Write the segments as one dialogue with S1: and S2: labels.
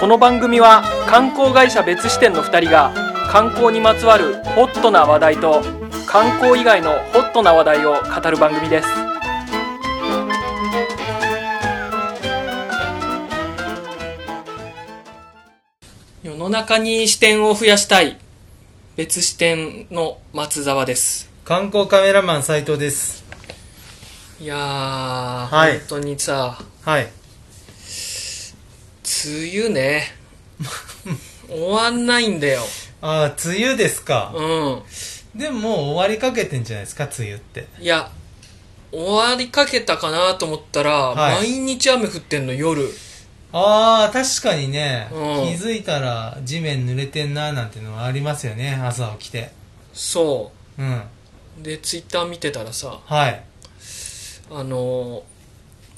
S1: この番組は観光会社別支店の2人が観光にまつわるホットな話題と観光以外のホットな話題を語る番組です世の中に視点を増やしたい別支店の松沢です
S2: 観光カメラマン斉藤です
S1: いやー、
S2: はい
S1: 本当にさ
S2: はい
S1: 梅雨ね 終わんないんだよ
S2: ああ梅雨ですか
S1: うん
S2: でももう終わりかけてんじゃないですか梅雨って
S1: いや、終わりかけたかなと思ったら、
S2: はい
S1: 毎日雨降ってんの、夜。
S2: ああ確かにね、
S1: うん
S2: 気づいたら地面濡れてんななんてのはありますよね朝起きて
S1: そ
S2: うん
S1: う。で、ツイッター見てたらさ、
S2: はい
S1: あの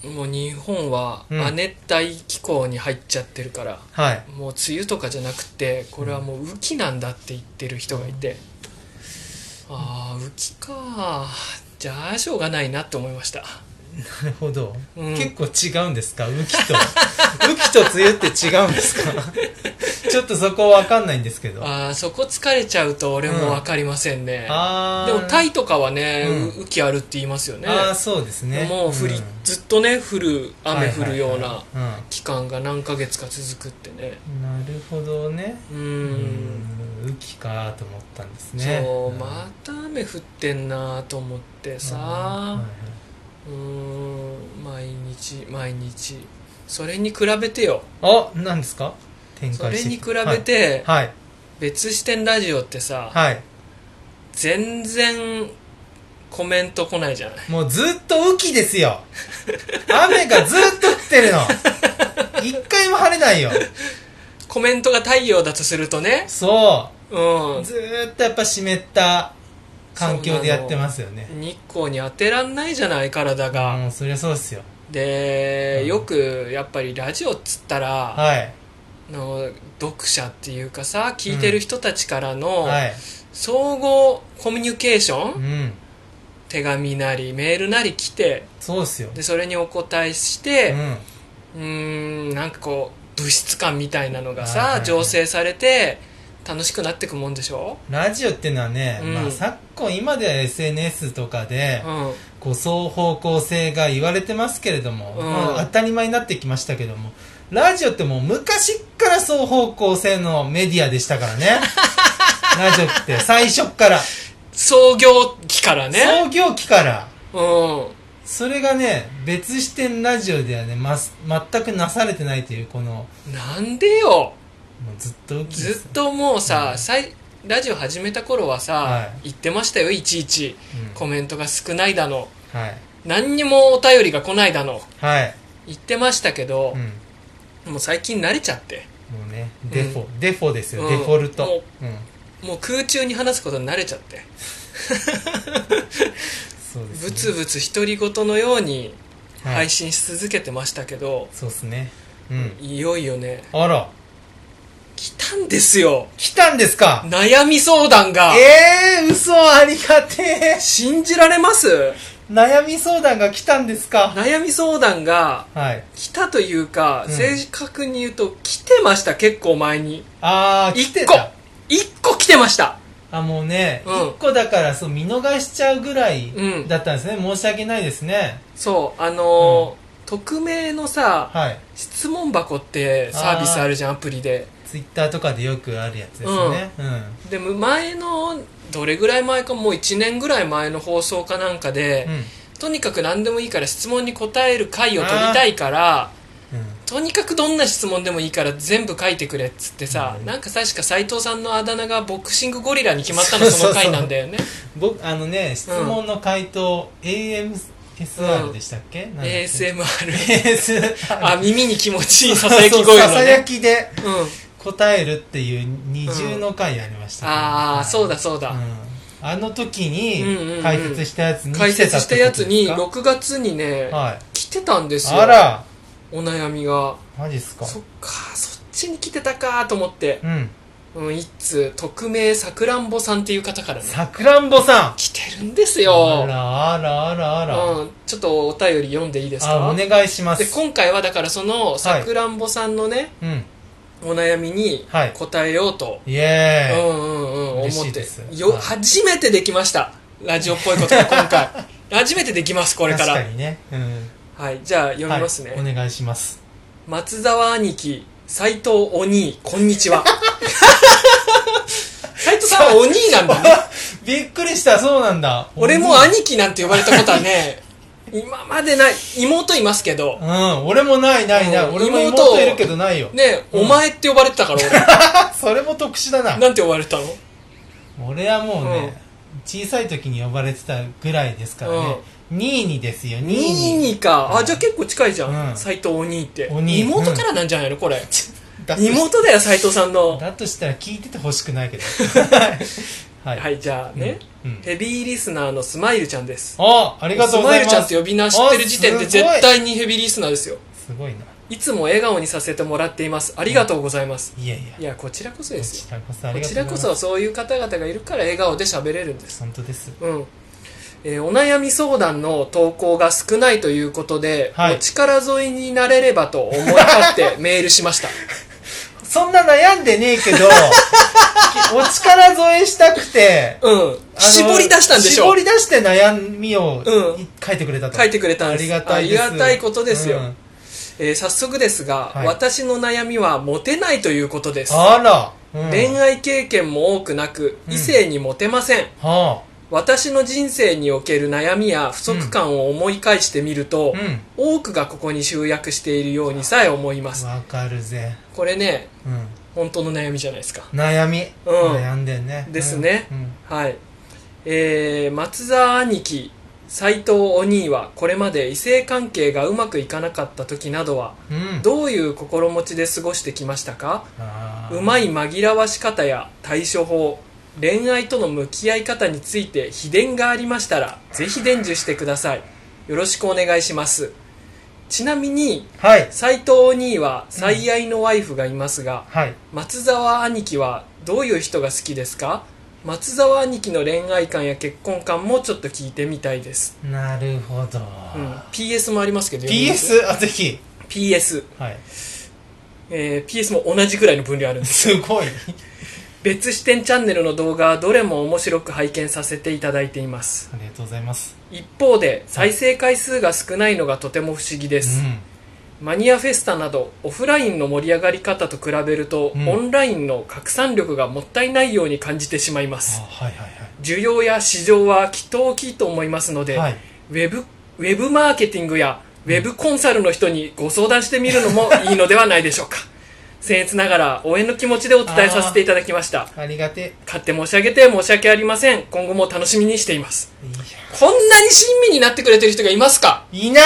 S1: ーもう日本は
S2: うん
S1: 亜熱帯気候に入っちゃってるから、
S2: はい
S1: もう梅雨とかじゃなくて、これはもう雨季なんだって言ってる人がいて、ああ、雨季か。じゃあ、しょうがないなって思いました。
S2: なるほど、
S1: うん
S2: 結構違うんですか雨季と雨季と梅雨って違うんですか ちょっとそこわかんないんですけどあ
S1: ああ、そこ疲れちゃうと俺もわかりませんね。
S2: あ
S1: でもタイとかはね、
S2: うん
S1: 雨季あるって言いますよね。
S2: ああそうですね
S1: もう降り、
S2: ん
S1: ずっとね降る雨降るような
S2: はいはいはい
S1: 期間が何ヶ月か続くってね
S2: うんなるほどね
S1: うー
S2: うんん雨季かと思ったんですね
S1: そう
S2: うん
S1: また雨降ってんなと思って
S2: はい
S1: さ
S2: はいう
S1: ーん毎日毎日それに比べてよ
S2: あ、何ですか展
S1: そ
S2: 開
S1: れ
S2: して
S1: に
S2: き
S1: 比べて
S2: はい。
S1: 別視点ラジオってさ
S2: はい。は
S1: 全然コメント来ないじゃない
S2: い、もうずっと雨季ですよ。 雨がずっと降ってるの。一回も晴れないよ。
S1: コメントが太陽だとするとね
S2: そうう。
S1: ん
S2: ずーっとやっぱ湿った環境でやってますよね。
S1: 日光に当てらんないじゃない体が、
S2: もうそりゃそうですよ。
S1: で、
S2: うん
S1: よくやっぱりラジオっつったら、
S2: はい。
S1: あの読者っていうかさ聞いてる人たちからの
S2: はい。
S1: 総合コミュニケーション、
S2: うん。
S1: 手紙なりメールなり来て
S2: そうですよ。
S1: でそれにお答えし
S2: う
S1: て
S2: ん。
S1: うーんなんかこう物質感みたいなのが
S2: はいはい
S1: さ
S2: はい
S1: 醸成されて楽しくなってくもんでしょ、
S2: ラジオってのはね、
S1: うん
S2: まあ昨今今では SNS とかで、
S1: うん、
S2: こう双方向性が言われてますけれども、
S1: うん
S2: まあ当たり前になってきましたけどもラジオってもう昔っから双方向性のメディアでしたからね ラジオって最初っから、
S1: 創業期からね
S2: 創業期から
S1: うん
S2: それがね別視点ラジオではね、ます全くなされてないというこのも
S1: なんでよ
S2: うずっと浮きです
S1: ずっともうさ、
S2: うん
S1: さいラジオ始めた頃はさ、
S2: は
S1: 言ってましたよいちいち
S2: うん
S1: コメントが少ないだの
S2: はい
S1: 何にもお便りが来ないだの
S2: はい、
S1: 言ってましたけど
S2: うん、、
S1: もう最近慣れちゃって
S2: もうねデフォ、デフォですよ、
S1: うん
S2: デフォル
S1: も
S2: ト、うん、
S1: もう空中に話すことに慣れちゃって
S2: そうです
S1: ぶ
S2: ね
S1: つぶつ独り言のように
S2: はい
S1: 配信し続けてましたけど、
S2: そうですねうん
S1: いよいよね
S2: あら
S1: 来たんですよ
S2: 来たんですか
S1: 悩み相談が
S2: ええー、嘘ありがてえ。
S1: 信じられます
S2: 悩み相談が来たんですか
S1: 悩み相談が
S2: はい。
S1: 来たというか、
S2: うん
S1: 正確に言うと来てました結構前に
S2: あー、来て
S1: 1個
S2: た。
S1: 1個来てました
S2: あ、もうね、一、
S1: うん
S2: 個だから、そう、見逃しちゃうぐらい
S1: うん
S2: だったんですね。申し訳ないですね。
S1: そうあのー匿名のさ
S2: はい。
S1: 質問箱ってサービスあるじゃんアプリで
S2: ツイッターとかでよくあるやつですよね。うん。
S1: でも前のどれぐらい前かもう1年ぐらい前の放送かなんかで
S2: う、ん。
S1: とにかく何でもいいから質問に答える回を取りたいから
S2: うん。
S1: とにかくどんな質問でもいいから全部書いてくれっつってさ、
S2: うん
S1: なんか確か斎藤さんのあだ名がボクシングゴリラに決まったのその回なんだよね
S2: 僕、あのね、質問の回答、AMSR でしたっけ、なんだっけ
S1: ASMR
S2: ASMR。
S1: あ耳に気持ちいいささやき声
S2: そう
S1: の
S2: ささや
S1: ね
S2: きで
S1: うん
S2: 答えるっていう二重の回ありましたね、
S1: あ
S2: は
S1: あ
S2: い
S1: そうだそうだ、
S2: うん、あの時
S1: うんうんうん
S2: に解説したやつに
S1: 解説したやつに
S2: 来てたってこ
S1: 6月にね、
S2: とですかはい
S1: 来てたんですよ
S2: あら
S1: お悩みが
S2: マジっすか
S1: そっかそっちに来てたかと思って、
S2: うん
S1: うん、一通匿名さくらんぼさんっていう方からね
S2: さくらんぼさん
S1: 来てるんです
S2: あ
S1: よ、
S2: らあらあらあら、
S1: うん、ちょっとお便り読んでいいです
S2: あ
S1: か
S2: お願いしま
S1: です今回はだからそのさくらんぼさんのね、
S2: うん
S1: お悩みに
S2: はい
S1: 答えようと、
S2: イエ
S1: う
S2: ーイ
S1: んうんうん
S2: 嬉
S1: 思
S2: し
S1: っ
S2: いで
S1: て
S2: す
S1: よ、
S2: はい
S1: 初めてできましたラジオっぽいことが今 回初めてできますこれから
S2: 確かにね、うん、
S1: はいじゃあ読みますね、
S2: はい、お願いします
S1: 松沢兄貴斎藤お兄こんに ちは斎藤さんはお兄なんだね
S2: びっくりしたそうなんだ
S1: 俺も兄貴なんて呼ばれたことはね今までない妹いますけど
S2: うん俺もないないない、
S1: うん
S2: 俺も
S1: 妹を
S2: 妹いるけどないよ、
S1: ね
S2: うん
S1: お前って呼ばれてたから
S2: あそれも特殊だな
S1: 俺なんて呼ばれてたの
S2: 俺はもうね、小さい時に呼ばれてたぐらいですからね、ニーニですよニーニ
S1: 兄にかあじゃあ結構近いじゃ
S2: うんん
S1: 斎藤お兄って
S2: お兄
S1: 妹からなんじゃないのこれ
S2: だとし
S1: 妹だよ斎藤さんの
S2: だとしたら聞いててほしく ないけどはい、
S1: はいじゃあね
S2: うんうん
S1: ヘビーリスナーのスマイルちゃんです
S2: あありがとう
S1: ス
S2: ご
S1: マ
S2: ざ
S1: イ
S2: い
S1: ル
S2: ま
S1: ち
S2: す
S1: ゃんって呼び名してる時点で
S2: あすごい
S1: 絶対にヘビーリスナーですよ
S2: すごいな
S1: いつも笑顔にさせてもらっていますありがとうございます
S2: いやいや
S1: いやこちらこそ
S2: こ
S1: ですよ
S2: ちらこそあ
S1: こ
S2: りが
S1: ち
S2: とうござ
S1: ら
S2: いま
S1: こ
S2: す
S1: そそういう方々がいるから笑顔で喋れるんです
S2: 本当です
S1: うん、えーお悩み相談の投稿が少ないということで、
S2: はい
S1: お力添えになれればと思い立 ってメールしました
S2: そんな悩んでね えけどきお力添えしたくて
S1: うん
S2: あの
S1: 絞り出したんでしょ
S2: 絞り出して悩みを、
S1: うん
S2: い書いてくれたと
S1: 書いてくれたん
S2: あ
S1: です
S2: りがたいです
S1: ありがたいことですよ、
S2: うん
S1: えー早速ですが、
S2: はい
S1: 私の悩みはモテないということです
S2: あら、うん
S1: 恋愛経験も多くなく
S2: うん
S1: 異性にモテません、
S2: は
S1: 私の人生における悩みや不足感を思い返してみると
S2: あ、う
S1: 多くがここに集約しているようにさえ思います
S2: んわかるぜ、
S1: これね
S2: うん、
S1: 本当の悩みじゃないですか
S2: 悩み、
S1: うん
S2: 悩んでんね
S1: ですね
S2: うんうん
S1: はいえー、松沢兄貴斎藤お兄はこれまで異性関係がうまくいかなかった時などは
S2: うん
S1: どういう心持ちで過ごしてきましたか
S2: あー
S1: うまい紛らわし方や対処法恋愛との向き合い方について秘伝がありましたらぜひ伝授してくださいよろしくお願いしますちなみに
S2: はい
S1: 斎藤お兄は最愛のワイフがいますが、
S2: はい
S1: 松沢兄貴はどういう人が好きですか松沢兄貴の恋愛観や結婚観もちょっと聞いてみたいです、
S2: なるほど、
S1: うん、PS もありますけど
S2: PS あぜひ
S1: PS、
S2: はい
S1: えー PS も同じくらいの分量あるんです
S2: すごい
S1: 別視点チャンネルの動画はどれも面白く拝見させていただいています
S2: ありがとうございます
S1: 一方で再生回数が少ないのがとても不思議です、マニアフェスタなどオフラインの盛り上がり方と比べると、
S2: うん
S1: オンラインの拡散力がもったいないように感じてしまいま
S2: あ
S1: す
S2: はいはいはい
S1: 需要や市場はきっと大きいと思いますので、
S2: はい、
S1: ウェブウェブマーケティングやウェブコンサルの人にご相談してみるのもいいのではないでしょうか 僭越ながら応援の気持ちでお伝えさせていただきました
S2: ありがて
S1: 勝手申し上げて申し訳ありません今後も楽しみにしています
S2: えい
S1: こんなに親身になってくれてる人がいますか
S2: やいない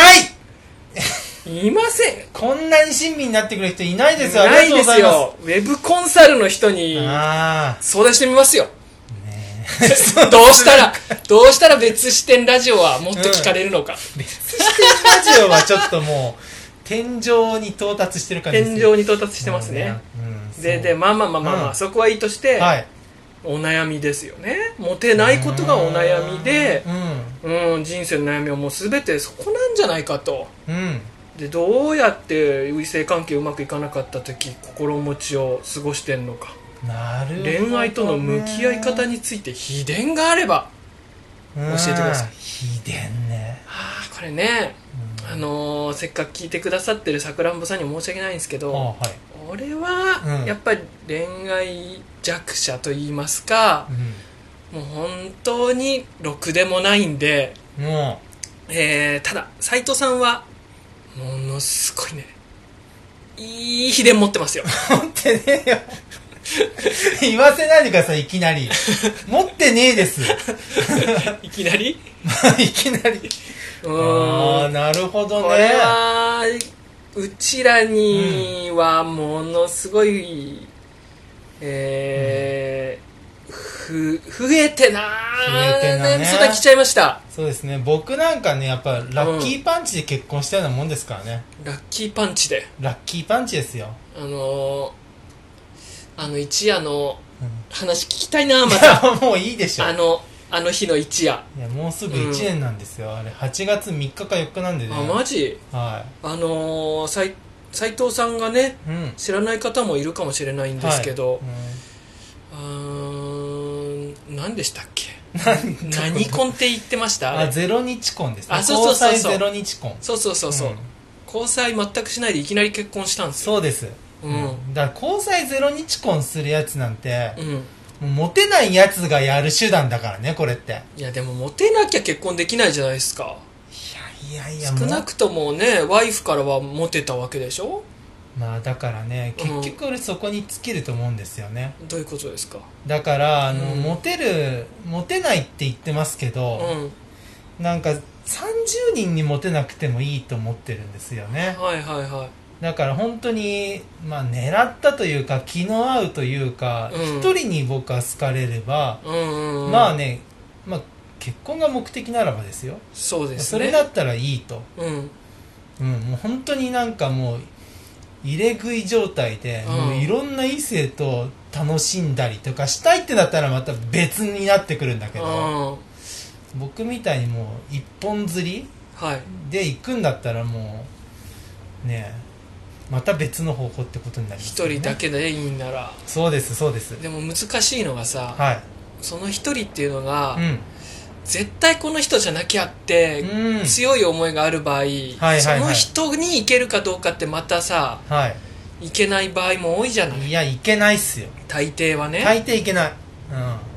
S1: いません
S2: こんなに親身になってくれる人いないですよ
S1: ないで
S2: あ
S1: す
S2: りがとう
S1: よウェブコンサルの人に
S2: ございますあ
S1: 相談してみますよ
S2: あね
S1: どうしたらどうしたら別視点ラジオはもっと聞かれる のか、
S2: えラジオはちょっともう天井に到達してる感じです
S1: 天井に到達してますね、
S2: うん
S1: ででまあまあまあまあ、まあ
S2: うん
S1: そこはいいとして、
S2: はい
S1: お悩みですよねモテないことがお悩みで
S2: う
S1: うん人生の悩みはもう全てそこなんじゃないかと
S2: んうん
S1: でどうやって異性関係うまくいかなかった時心持ちを過ごしてんのか
S2: なるほどね
S1: 恋愛との向き合い方について秘伝があれば
S2: うん
S1: 教えてください
S2: 秘伝ね
S1: ああこれねあのーせっかく聞いてくださってるさくらんぼさんには申し訳ないんですけ
S2: あ
S1: ど
S2: はい
S1: 俺は
S2: うん
S1: やっぱり恋愛弱者と言いますか
S2: う
S1: もう本当にろくでもないんで
S2: んも
S1: えーただ斎藤さんはものすごいねいい秘伝持って ますよ
S2: う持ってねえよ言わせないでくださいいきなり持ってねえです
S1: いきなり
S2: いきなり
S1: う
S2: あ
S1: ー
S2: あ
S1: ん
S2: なるほどね
S1: これはうちらにはものすごい、えーふ増えてなー
S2: 増えてんだね
S1: そんな来ちゃいました
S2: そうですね僕なんかねやっぱラッキーパンチで結婚したようなもんですからね、
S1: ラッキーパンチで
S2: ラッキーパンチですよ、
S1: あのーあの一夜の
S2: うん
S1: 話聞きたいなま
S2: い
S1: た
S2: やもういいでしょ
S1: あのあの日の一夜
S2: いやもうすぐ1年なんですよ、あれ8月3日か4日なんでね
S1: あマジ
S2: はい
S1: あのー、さい斉藤さんがね
S2: うん
S1: 知らない方もいるかもしれないんですけど、
S2: はい
S1: あーん何でしたっけ
S2: うん
S1: 何婚って言ってましたあ
S2: あ
S1: れ
S2: ゼロ日婚ですね
S1: あそうそうそうそう
S2: 交際ゼロ日婚
S1: そうそうそうそう、
S2: うん
S1: 交際全くしないでいきなり結婚したんですよ
S2: そうです、
S1: うん
S2: うんだから交際ゼロ日婚するやつなんて
S1: う、ん
S2: もうモテないやつがやる手段だからねこれって
S1: いやでもモテなきゃ結婚できないじゃないですか
S2: いやいやいや
S1: 少なくともねワイフからはモテたわけでしょ
S2: まあだからね
S1: うん
S2: 結局俺そこに尽きると思うんですよね、
S1: どういうことですか
S2: だからあの、
S1: うん
S2: モテるモテないって言ってますけ
S1: う
S2: ど、
S1: ん
S2: なんか30人にモテなくてもいいと思ってるんですよね
S1: はいはいは
S2: だから本当にまあ狙ったというか気の合うというか
S1: うん
S2: 一、人に僕は好かれれば、
S1: いうんうん、うん、
S2: まあね、まあ、結婚が目的ならばですよ
S1: そうです
S2: そ
S1: ね
S2: れだったらいいと、
S1: うん
S2: うん、もう本当になんかもう入れ食い状態で、
S1: うん
S2: もういろんな異性と楽しんだりとかしたいってなったらまた別になってくるんだけ
S1: うん
S2: ど、僕みたいにもう一本釣り
S1: はい
S2: で行くんだったらもうねえまた別の方法ってことになります
S1: 一
S2: よね
S1: 人だけでいいんなら
S2: そうですそうです
S1: でも難しいのがさ、
S2: はい
S1: その一人っていうのが、
S2: う
S1: 絶対この人じゃなきゃって、
S2: んうん
S1: 強い思いがある場合、
S2: はい
S1: その人に行けるかどうかってまたさ
S2: は
S1: 行けない場合も多いじゃないい
S2: いやいけないっすよ
S1: 大抵はね、
S2: 大抵いけない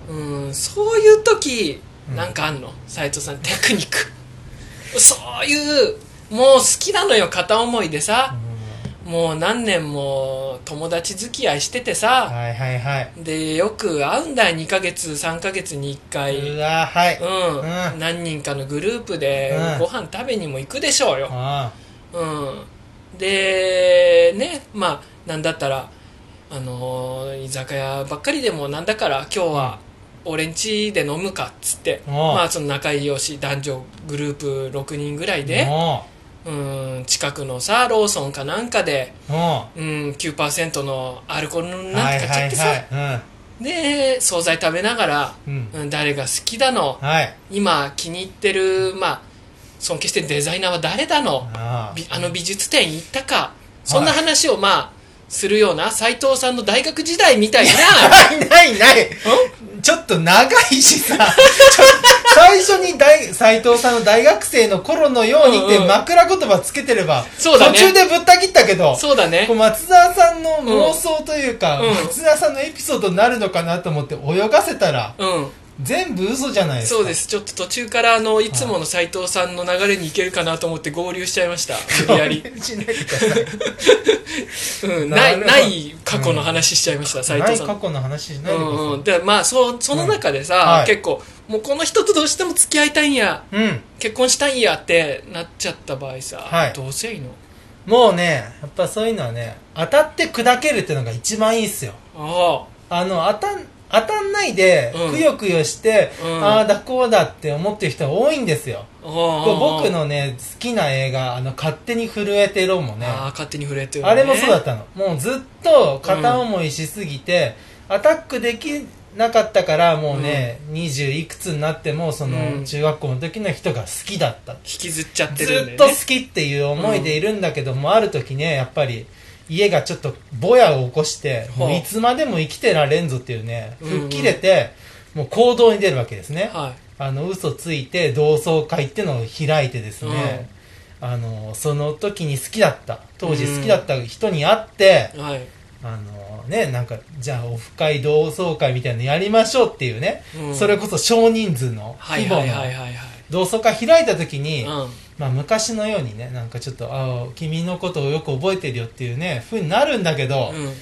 S2: うん
S1: うんそういう時
S2: うん
S1: なんかあんの斉藤さんテクニックそういうもう好きなのよ片思いでさ、もう何年も友達付き合いしてて
S2: うん
S1: さ、
S2: はいはいはい
S1: でよく会うんだよ2ヶ月3ヶ月に1回、
S2: うわはいう
S1: うん、
S2: う
S1: 何人かのグループで
S2: うん
S1: ご飯食べにも行くでしょうよ、
S2: あ
S1: うん、でねまあなんだったら、あのー居酒屋ばっかりでもなんだから今日は俺ん家で飲むかっつって、
S2: おう
S1: まあ、その仲良し男女グループ6人ぐらい
S2: あ
S1: で、
S2: も
S1: うん、近くのさローソンかなんかで、
S2: うも
S1: うん、9%のアルコール
S2: う
S1: なんとか買ってさ、
S2: はい
S1: で惣菜食べながら、
S2: うんうん
S1: うん、誰が好きだの
S2: はい
S1: 今気に入ってる、まあ、尊敬してるデザイナーは誰だの
S2: ああ
S1: びあの美術展行ったかそんな話をまあするような斎藤さんの大学時代みた いな
S2: ないないないちょっと長い しさ、ちょ最初に大斉藤さんの大学生の頃のようにっ
S1: うんう
S2: て
S1: ん
S2: 枕言葉つけてれば、
S1: そうだね
S2: 途中でぶった切ったけど、
S1: そうだね
S2: こう松沢さんの妄想というか、
S1: うんうん
S2: 松沢さんのエピソードになるのかなと思って泳がせたら、
S1: う
S2: 全部嘘じゃない
S1: ん
S2: ですか。
S1: そうですちょっと途中からあのいつもの斎藤さんの流れに行けるかなと思って合流しちゃいま した無理やり、
S2: しないでください
S1: うん、
S2: な
S1: ない
S2: るほど
S1: ない過去の話しちゃいました斎、
S2: な
S1: 藤
S2: い
S1: さん
S2: 過去の話しな
S1: う
S2: いでくださ
S1: んうん、でまあそうその中でさ、
S2: はい
S1: 結構もうこの人とどうしても付き合いたいんや
S2: い。うん。
S1: 結婚したいんやってなっちゃった場合さ、
S2: はい
S1: どうせいいの
S2: もうね、やっぱそういうのはね、当たって砕けるっていうのが一番いいっすよ。
S1: あ
S2: あの当たん当たんないで、
S1: うん
S2: くよくよして、
S1: うん
S2: ああだこうだって思ってる人が多いんですよ、
S1: あああ
S2: 僕のね好きな映画「あの勝手に震えてろ」もね
S1: ああ
S2: あ
S1: 勝手に触れてる、
S2: れもそうだったのもうずっと片思いしすぎて、アタックできなかったからもうね、20いくつになってもその、
S1: うん
S2: 中学校の時の人が好きだった
S1: 引きずっちゃって
S2: ず
S1: るんだ
S2: っ
S1: よ
S2: と
S1: ね
S2: 好きっていう思いでいるんだけども、ある時ねやっぱり家がちょっとぼやを起こして、
S1: ほう
S2: もういつまでも生きてられんぞっていうね
S1: うんうん
S2: 吹っ切れて、もう行動に出るわけですね、
S1: は
S2: あの嘘ついて同窓会ってのを開いてですね、あのその時に好きだった当時好きだった人に会って
S1: い、はい
S2: あのねなんかじゃあオフ会同窓会みたいなのやりましょうっていうね、
S1: うん
S2: それこそ少人数の
S1: はい
S2: 規
S1: は
S2: 模
S1: いはい
S2: の
S1: はいは
S2: 同窓会開いた時に、
S1: いうん
S2: まあ、昔のようにねなんかちょっとあー君のことをよく覚えてるよっていうね風になるんだけど、
S1: うん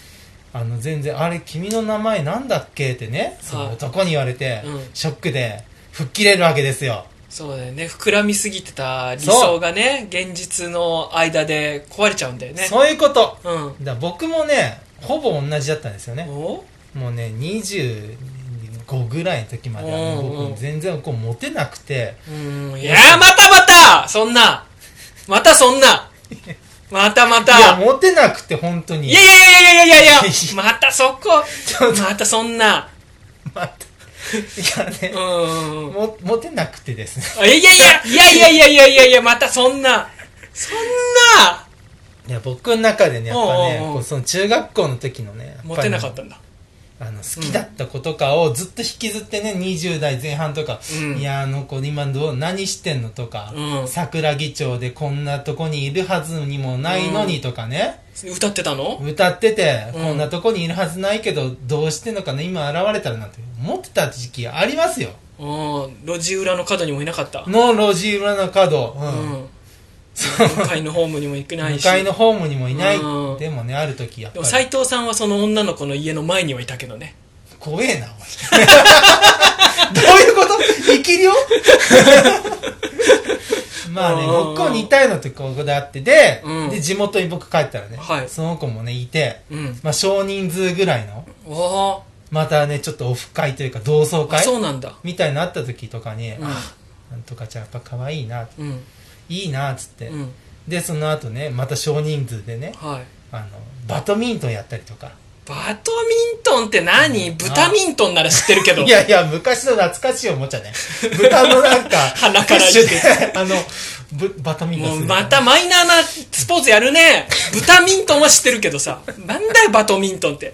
S2: あの全然あれ君の名前なんだっけってねその男に言われて、
S1: うん
S2: ショックで吹っ切れるわけですよ
S1: そうだよね膨らみすぎてた理想がね現実の間で壊れちゃうんだよね
S2: そういうこと
S1: うん
S2: だから僕もねほぼ同じだったんですよね
S1: お
S2: もうね25ぐらいの時まではね
S1: うんうん
S2: 僕全然こうモテなくて
S1: うんいやーまたまたそんなまたそんなまたま
S2: い
S1: た
S2: やモテなくて本当に
S1: いやいやいやいやいやいやまたそこまたそんな
S2: またいやね
S1: う、んうんうん
S2: もモテなくてですね
S1: あいやいやいやいやいやいやいやいやまたそんなそんな
S2: いや僕の中でねやっぱね
S1: おうおうおう
S2: こうその中学校の時のねやっぱね
S1: モテなかったんだ
S2: あの好きだった子とかをずっと引きずってね、20代前半とか、
S1: うん
S2: いやあの子今どう何してんのとか、
S1: うん
S2: 桜木町でこんなとこにいるはずにもないのにとかね、
S1: 歌ってたの
S2: 歌ってて、
S1: うん
S2: こんなとこにいるはずないけどどうしてんのかな今現れたらなんて思ってた時期ありますよ
S1: うん路地裏の角にもいなかった
S2: の路地裏の角、う
S1: うんん向かいのホームにも行けない
S2: 向
S1: し
S2: かいのホームにもいない、
S1: うん
S2: でもねある時やっ
S1: でも
S2: ぱり
S1: 斎藤さんはその女の子の家の前にはいたけどね
S2: 怖えなおい どういうこと生き量 まあね
S1: うんうんうん
S2: 僕も似たようなとこがあってで,、
S1: うん
S2: で地元に僕帰ったらね、
S1: はい
S2: その子もねいて、
S1: うん
S2: まあ、少人数ぐらいの
S1: おー
S2: またねちょっとオフ会というか同窓
S1: あ
S2: 会
S1: そうなんだ
S2: みたいになった時とかに、
S1: うん
S2: あなんとかちゃんやっぱ可愛いな
S1: うん
S2: いいなっつって、
S1: うん
S2: でその後ねまた少人数でね
S1: はい
S2: あのバドミントンやったりとか
S1: バドミントンって何豚ミントンなら知ってるけど
S2: いやいや、昔の懐かしいおもちゃ ね。豚のなんか、
S1: 鼻から
S2: プッシュで、あの、ぶバタミントン
S1: も
S2: す
S1: う
S2: る
S1: またマイナーなスポーツやるね豚ミントンは知ってるけどさなんだよバドミントンって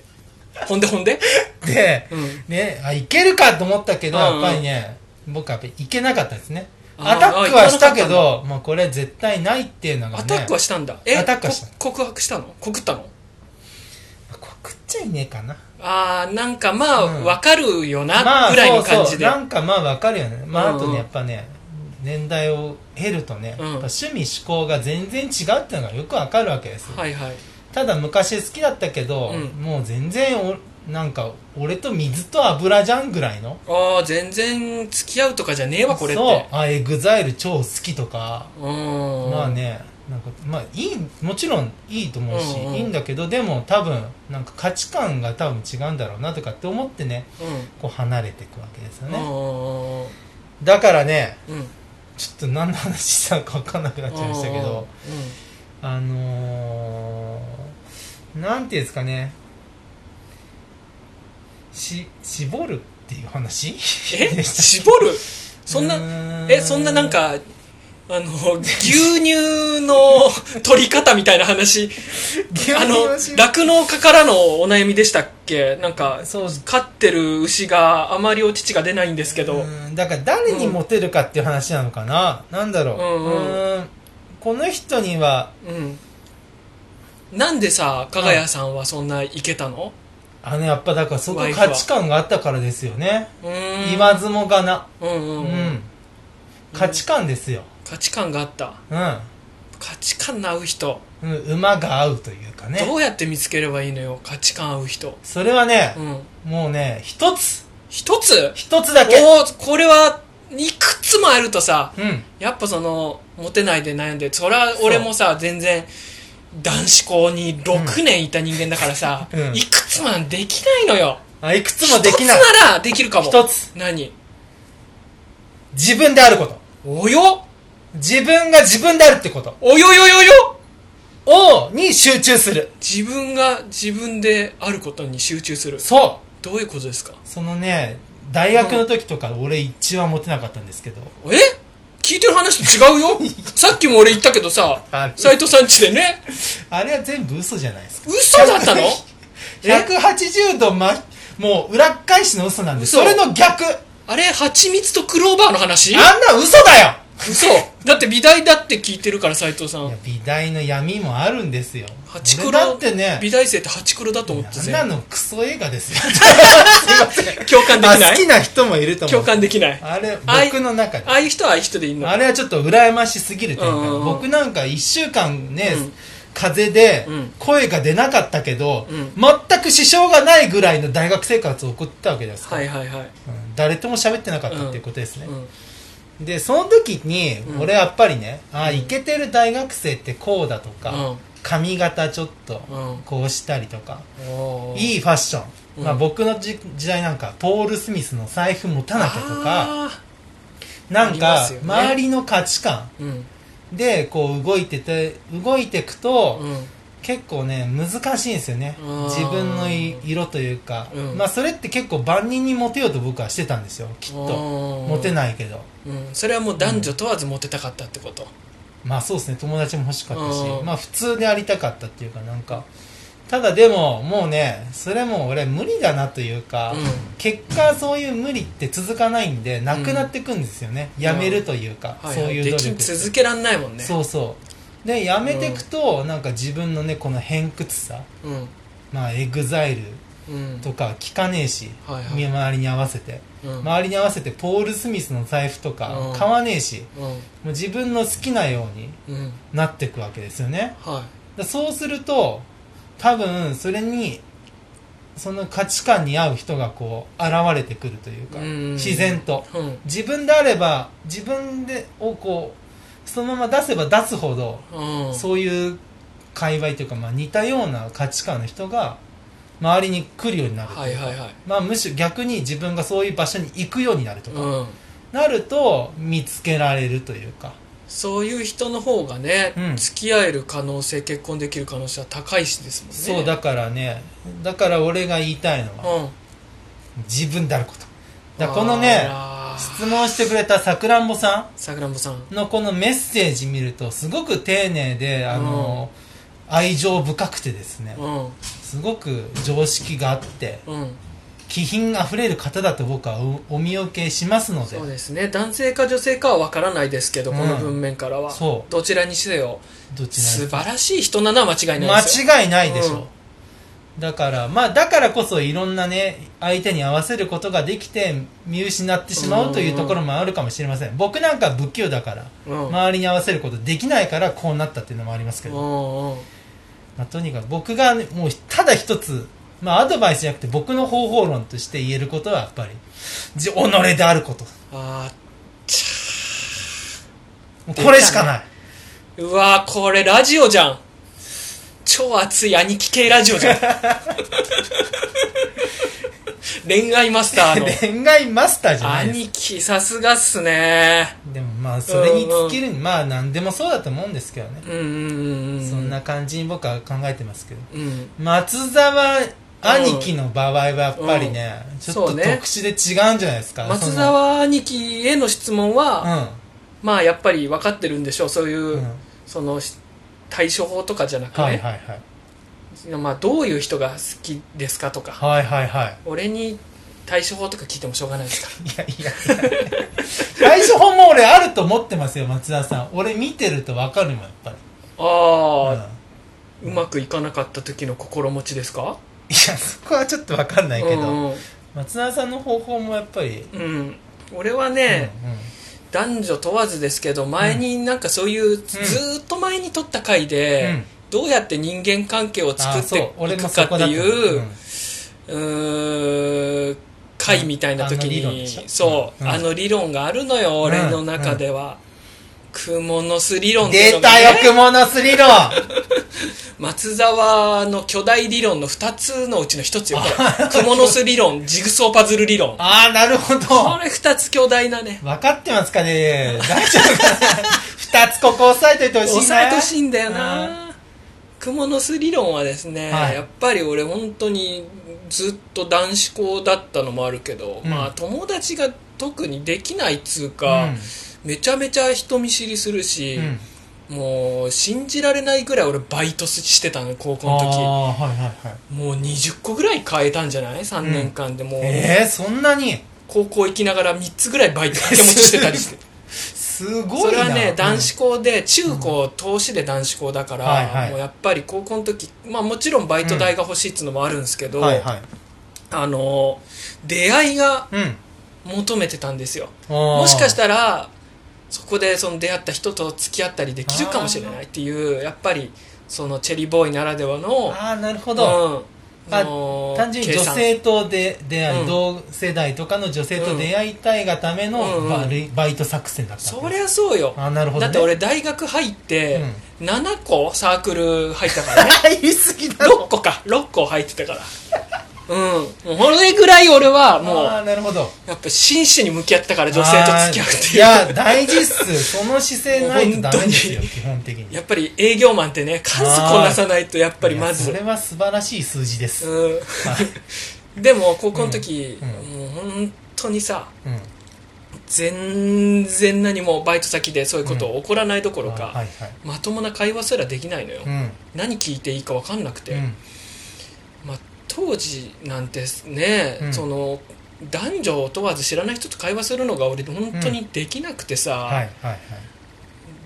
S1: ほんでほんで
S2: で、
S1: うん
S2: ね、あ、いけるかと思ったけど、
S1: うんうん
S2: やっぱりね、僕はやっぱりいけなかったですね。
S1: あー
S2: アタックはしたけ
S1: いけな
S2: ど、もうこれ絶対ないっていうのが
S1: ア
S2: ね。
S1: タックはしたんだえ
S2: アタックはした
S1: こ告白したの告ったの
S2: こう食っちゃいねえかな。
S1: あーなんかまあ
S2: うん
S1: わかるよ
S2: ま
S1: な
S2: あ、
S1: ぐらいの感
S2: そうそ
S1: じ
S2: う
S1: で
S2: なんかまあわかるよね。まあ、あ
S1: うん
S2: と
S1: うん
S2: ね、やっぱね、年代を経るとね、
S1: うん
S2: やっぱ趣味思考が全然違うっていうのがよくわかるわけですよ。
S1: はいはい
S2: ただ昔好きだったけど、
S1: うん
S2: もう全然おなんか俺と水と油じゃんぐらいの
S1: ああ全然付き合うとかじゃねえわこれって
S2: そうあエグザイル超好きとか、
S1: うーん
S2: まあねなんかまあいいもちろんいいと思うし、
S1: うんうん
S2: いいんだけどでも多分なんか価値観が多分違うんだろうなとかって思ってね
S1: うん
S2: こう離れていくわけですよ
S1: うんう
S2: ね、
S1: んうん
S2: だからね
S1: うん
S2: ちょっと何の話したのか分かんなくなっちゃいましたけど、あのー、なんていうんですかね、し、絞るっていう話
S1: え絞るそんな
S2: な
S1: えそんななん、かあの牛乳の取り方みたいな話
S2: 牛
S1: あ
S2: 乳
S1: の
S2: し
S1: 酪農家からのお悩みでしたっけなんか
S2: そう
S1: 飼ってる牛があまりお乳が出ないんですけど
S2: うんだから誰にモテるかっていう話なのかな、なんだろう。
S1: うんうん
S2: ーんこの人には、
S1: うんなんでさ加賀谷さんはそんないけたの
S2: あの、やっぱだからそこ
S1: ワイフは
S2: 価値観があったからですよね。
S1: うーん
S2: 言わずもがな。
S1: うんうん
S2: う。
S1: うんん、
S2: 価値観ですよ。
S1: 価値観があった
S2: うん。
S1: 価値観の合う人、
S2: うん、馬が合うというかね。
S1: どうやって見つければいいのよ価値観合う人
S2: それはね、
S1: うん
S2: もうね、一つ
S1: 一つ
S2: 一つだけ
S1: おーこれはいくつもあるとさ
S2: うん。
S1: やっぱそのモテないで悩んでそりゃ俺もさ全然男子校に6年いた人間だからさ、
S2: うん
S1: いくつもなんできないのよ
S2: あ、いくつもできない
S1: 一。つならできるかも
S2: 一つ。
S1: 何
S2: 自分であること。
S1: およ
S2: 自分が自分であるってこと。
S1: およよよよ
S2: を、に集中する。
S1: 自分が自分であることに集中する
S2: そ
S1: どういうことですか
S2: う。そのね、大学の時とか俺一番モテなかったんですけど。
S1: え聞いてる話と違う よさっきも俺言ったけどさ
S2: あ
S1: 斎藤さんちでね
S2: あれは全部嘘じゃないですか。
S1: 嘘だっ たのえ
S2: 180度ま、もう裏っ返しの嘘なんで、
S1: 嘘
S2: それの逆。あ
S1: あれ蜂蜜とクローバーの話
S2: んな嘘だよ
S1: 嘘だって美大だって聞いてるから斎藤さ
S2: いや
S1: ん
S2: 美大の闇もあるんですよ。
S1: 八
S2: 俺
S1: 黒
S2: だってね、
S1: 美大生って八黒だと思って
S2: あん
S1: ぜ
S2: なのクソ映画ですよ。
S1: 共感 でき
S2: あ
S1: な
S2: 好き
S1: い
S2: な人もいると思
S1: 共。
S2: う
S1: 感できないあ
S2: あれ、
S1: あい
S2: 僕の中で。
S1: あいう人はああいう人でいいの
S2: あれはちょっと羨ましすぎるという
S1: うんうん
S2: か、
S1: うん
S2: 僕なんか一週間ね
S1: うん、
S2: 風邪で
S1: うん
S2: 声が出なかったけど
S1: うん、
S2: 全く支障がないぐらいの大学生活を送ってたわけですから
S1: はいはいはい、
S2: うん誰とも喋ってなかったっていうことですね
S1: う。ん、
S2: で、その時に
S1: う、ん
S2: 俺やっぱりね、あ、イケてる大学生ってこうだと
S1: う
S2: か
S1: ん、
S2: 髪型ちょっと
S1: うん
S2: こうしたりとか、
S1: おー
S2: いいファッショ
S1: う
S2: ン。
S1: ん
S2: まあ僕のじ時代なんか、ポール・スミスの財布持たなきゃとか、
S1: あ
S2: な
S1: あ
S2: ん
S1: りま
S2: か
S1: すよね
S2: 周りの価値観、
S1: ーうん
S2: でこう動いてて動いてくと、
S1: うん
S2: 結構ね難しいんですよね
S1: うん
S2: 自分のい色というか、
S1: うん
S2: まあそれって結構万人にモテようと僕はしてたんですよきっと
S1: おー
S2: モテないけど
S1: うん、それはもう男女問わずモテたかったってこと、
S2: まあそうですね友達も欲しかったし
S1: うん
S2: まあ普通でありたかったっていうかなんかただでももうねそれもう俺無理だなというか、
S1: うん
S2: 結果そういう無理って続かないんでなくなってくんですよね、やめるというか、
S1: はい
S2: そういう努
S1: でき
S2: 力って
S1: 続けらんないもんね
S2: そうそうでやめていくと、なんか自分のねこの偏屈さ
S1: うん
S2: まあエグザイル
S1: うん
S2: とか聞かねえし、
S1: はいはい
S2: 見回りに合わせて、
S1: うん
S2: 周りに合わせてポール・スミスの財布とか
S1: うん
S2: 買わねえし、
S1: うん
S2: もう自分の好きなように
S1: うん
S2: なっていくわけですよね
S1: は
S2: だそうすると多分それにその価値観に合う人がこう現れてくるという
S1: い
S2: か、
S1: うん
S2: 自然と
S1: うん
S2: 自分であれば自分でをこうそのまま出せば出すほど、
S1: うん
S2: そういう界隈というか、まあ、似たような価値観の人が周りに来るようになるというか
S1: はいはいはい
S2: まあ、むしろ逆に自分がそういう場所に行くようになるとか、
S1: うん
S2: なると見つけられるというか
S1: そういう人の方がね、
S2: うん
S1: 付き合える可能性結婚できる可能性は高いしですもんね
S2: そうだからねだから俺が言いたいのは
S1: うん
S2: 自分であることだからこのね
S1: あら
S2: 質問してくれたさくらんぼさ
S1: さくらんぼさん
S2: んのこのメッセージ見るとすごく丁寧であの、愛情深くてですね
S1: うん
S2: すごく常識があって
S1: うん
S2: 気品あふれる方だと僕はおお見受けしますので
S1: そうですね男性か女性かは分からないですけど、
S2: うん
S1: この文面からは
S2: そう
S1: どちらにせよ
S2: どちら
S1: 素
S2: に
S1: 晴らしい人なのは間違いないですよ
S2: 間違いないでしょ、
S1: うん
S2: だからまあだからこそいろんなね相手に合わせることができて見失ってしまうというところもあるかもしれません、僕なんか不器用だから
S1: うん
S2: 周りに合わせることできないからこうなったっていうのもありますけ
S1: う
S2: ど、
S1: んうん
S2: まあ、とにかく僕がね、もうただ一つまあアドバイスじゃなくて僕の方法論として言えることはやっぱりじ己であること
S1: あ
S2: もうこれしかない、
S1: ーうわーこれラジオじゃん超熱い兄貴系ラジオじゃん恋愛マスターの
S2: 恋愛マスターじゃないです
S1: 兄貴さすがっすね
S2: でもまあそれに尽きるに、まあ何でもそうだと思うんですけどね
S1: うんうんうんうん
S2: そんな感じに僕は考えてますけど
S1: うん
S2: 松沢兄貴の場合はやっぱりね、
S1: うん
S2: ちょ
S1: そ
S2: っと
S1: う
S2: 特
S1: ね
S2: 殊で違うんじゃないですか、
S1: 松沢兄貴への質問は、
S2: その
S1: まあやっぱり分かってるんでしょうそういう、
S2: うん、うん、
S1: そのし対処法とかじゃなくて、
S2: はいはいはい
S1: まあ、どういう人が好きですかとか
S2: はいはいはい
S1: 俺に対処法とか聞いてもしょうがないですか
S2: いやいやいや最初本も俺あると思ってますよ松田さん俺見てると分かるもんやっぱり、
S1: ら ああ、う
S2: うん
S1: まくいかなかった時の心持ちですか
S2: いやそこはちょっと分かんないけど、
S1: うん
S2: 松田さんの方法もやっぱり、
S1: うん、うん俺はね、男女問わずですけど前になんかそういう、ずーっと前に撮った回
S2: うんうん
S1: で、
S2: うん
S1: どうやって人間関係を作
S2: あ
S1: って
S2: そう俺
S1: い
S2: も
S1: く
S2: そ
S1: かっ
S2: こ
S1: て
S2: だと思
S1: いう
S2: う
S1: うーん会みたいな時
S2: あの理論で
S1: に
S2: しょ
S1: そう、
S2: うん
S1: あの理論があるのよ、俺の中では、クモの巣理論
S2: ん
S1: っていう
S2: 出
S1: のが
S2: た
S1: ね
S2: よくものす理論
S1: 松沢の巨大理論の2つのうちの1つよこれクモの巣理論ジグソーパズル理論
S2: ああなるほど
S1: これ2つ巨大なね
S2: 分かってますかね大丈夫かな二つここ押さえといてほしいな
S1: 抑えてほしいんだよ
S2: うん
S1: なクモの巣理論はですね、
S2: はい
S1: やっぱり俺本当にずっと男子校だったのもあるけど、
S2: うん
S1: まあ友達が特にできないっつうか、めちゃめちゃ人見知りするし、
S2: うんうん
S1: もう信じられないぐらい俺バイトしてたの高校の
S2: あ
S1: 時
S2: あはいはいはい
S1: もう20個ぐらい変えたんじゃない3年間でもう
S2: ええそんなに
S1: 高校行きながら3つぐらいバイト掛け持ちしてたりして
S2: すごいな
S1: それはね男子
S2: 校
S1: 校で中高投資で男子校だか
S2: はいは
S1: ら
S2: い
S1: もうやっぱり高校の時まあもちろんバイト代が欲しいっていうのもあるんですけど
S2: はいはい
S1: あの出会いが
S2: うん
S1: 求めてたんですよ
S2: も
S1: もしかしたた
S2: ら
S1: らそこでその出会った人と付き合ったりできるかもしれないっていうやっぱりそのチェリーボーイならではの
S2: ああなるほど、
S1: うん
S2: あ
S1: あの
S2: 単純に
S1: 計
S2: 女
S1: 算
S2: 性とで出会い、
S1: うん
S2: 同世代とかの女性と出会いたいがための
S1: うんうん
S2: バ,、バイト作戦だった
S1: そりゃそうよ
S2: ああなるほど、ね、
S1: だって俺大学入って7個サークル入った からね
S2: 言い過ぎだ
S1: 6
S2: ろ
S1: 個か6個入ってたからうんもうそれぐらい俺はもう
S2: ああなるほど
S1: やっぱ真摯に向き合ってたから女性と付き合うっていう
S2: あーいや大事っすその姿勢ないとダメですよ
S1: もう本当に
S2: 基本的に
S1: やっぱり営業マンってね数こなさないとやっぱりまず
S2: いやそれは素晴らしい数字です、
S1: うんでも高校の時、
S2: うん
S1: もう本当にさ
S2: うん
S1: 全然何もバイト先でそういうことを起こらないどころ
S2: あは
S1: か、
S2: いはい
S1: まともな会話すらできないのよ、
S2: うん
S1: 何聞いていいか分かんなくて、
S2: うん
S1: まあ、当時なんてね、
S2: うん
S1: その男女を問わず知らない人と会話するのが俺本当にできなくてさ、
S2: はいはいはい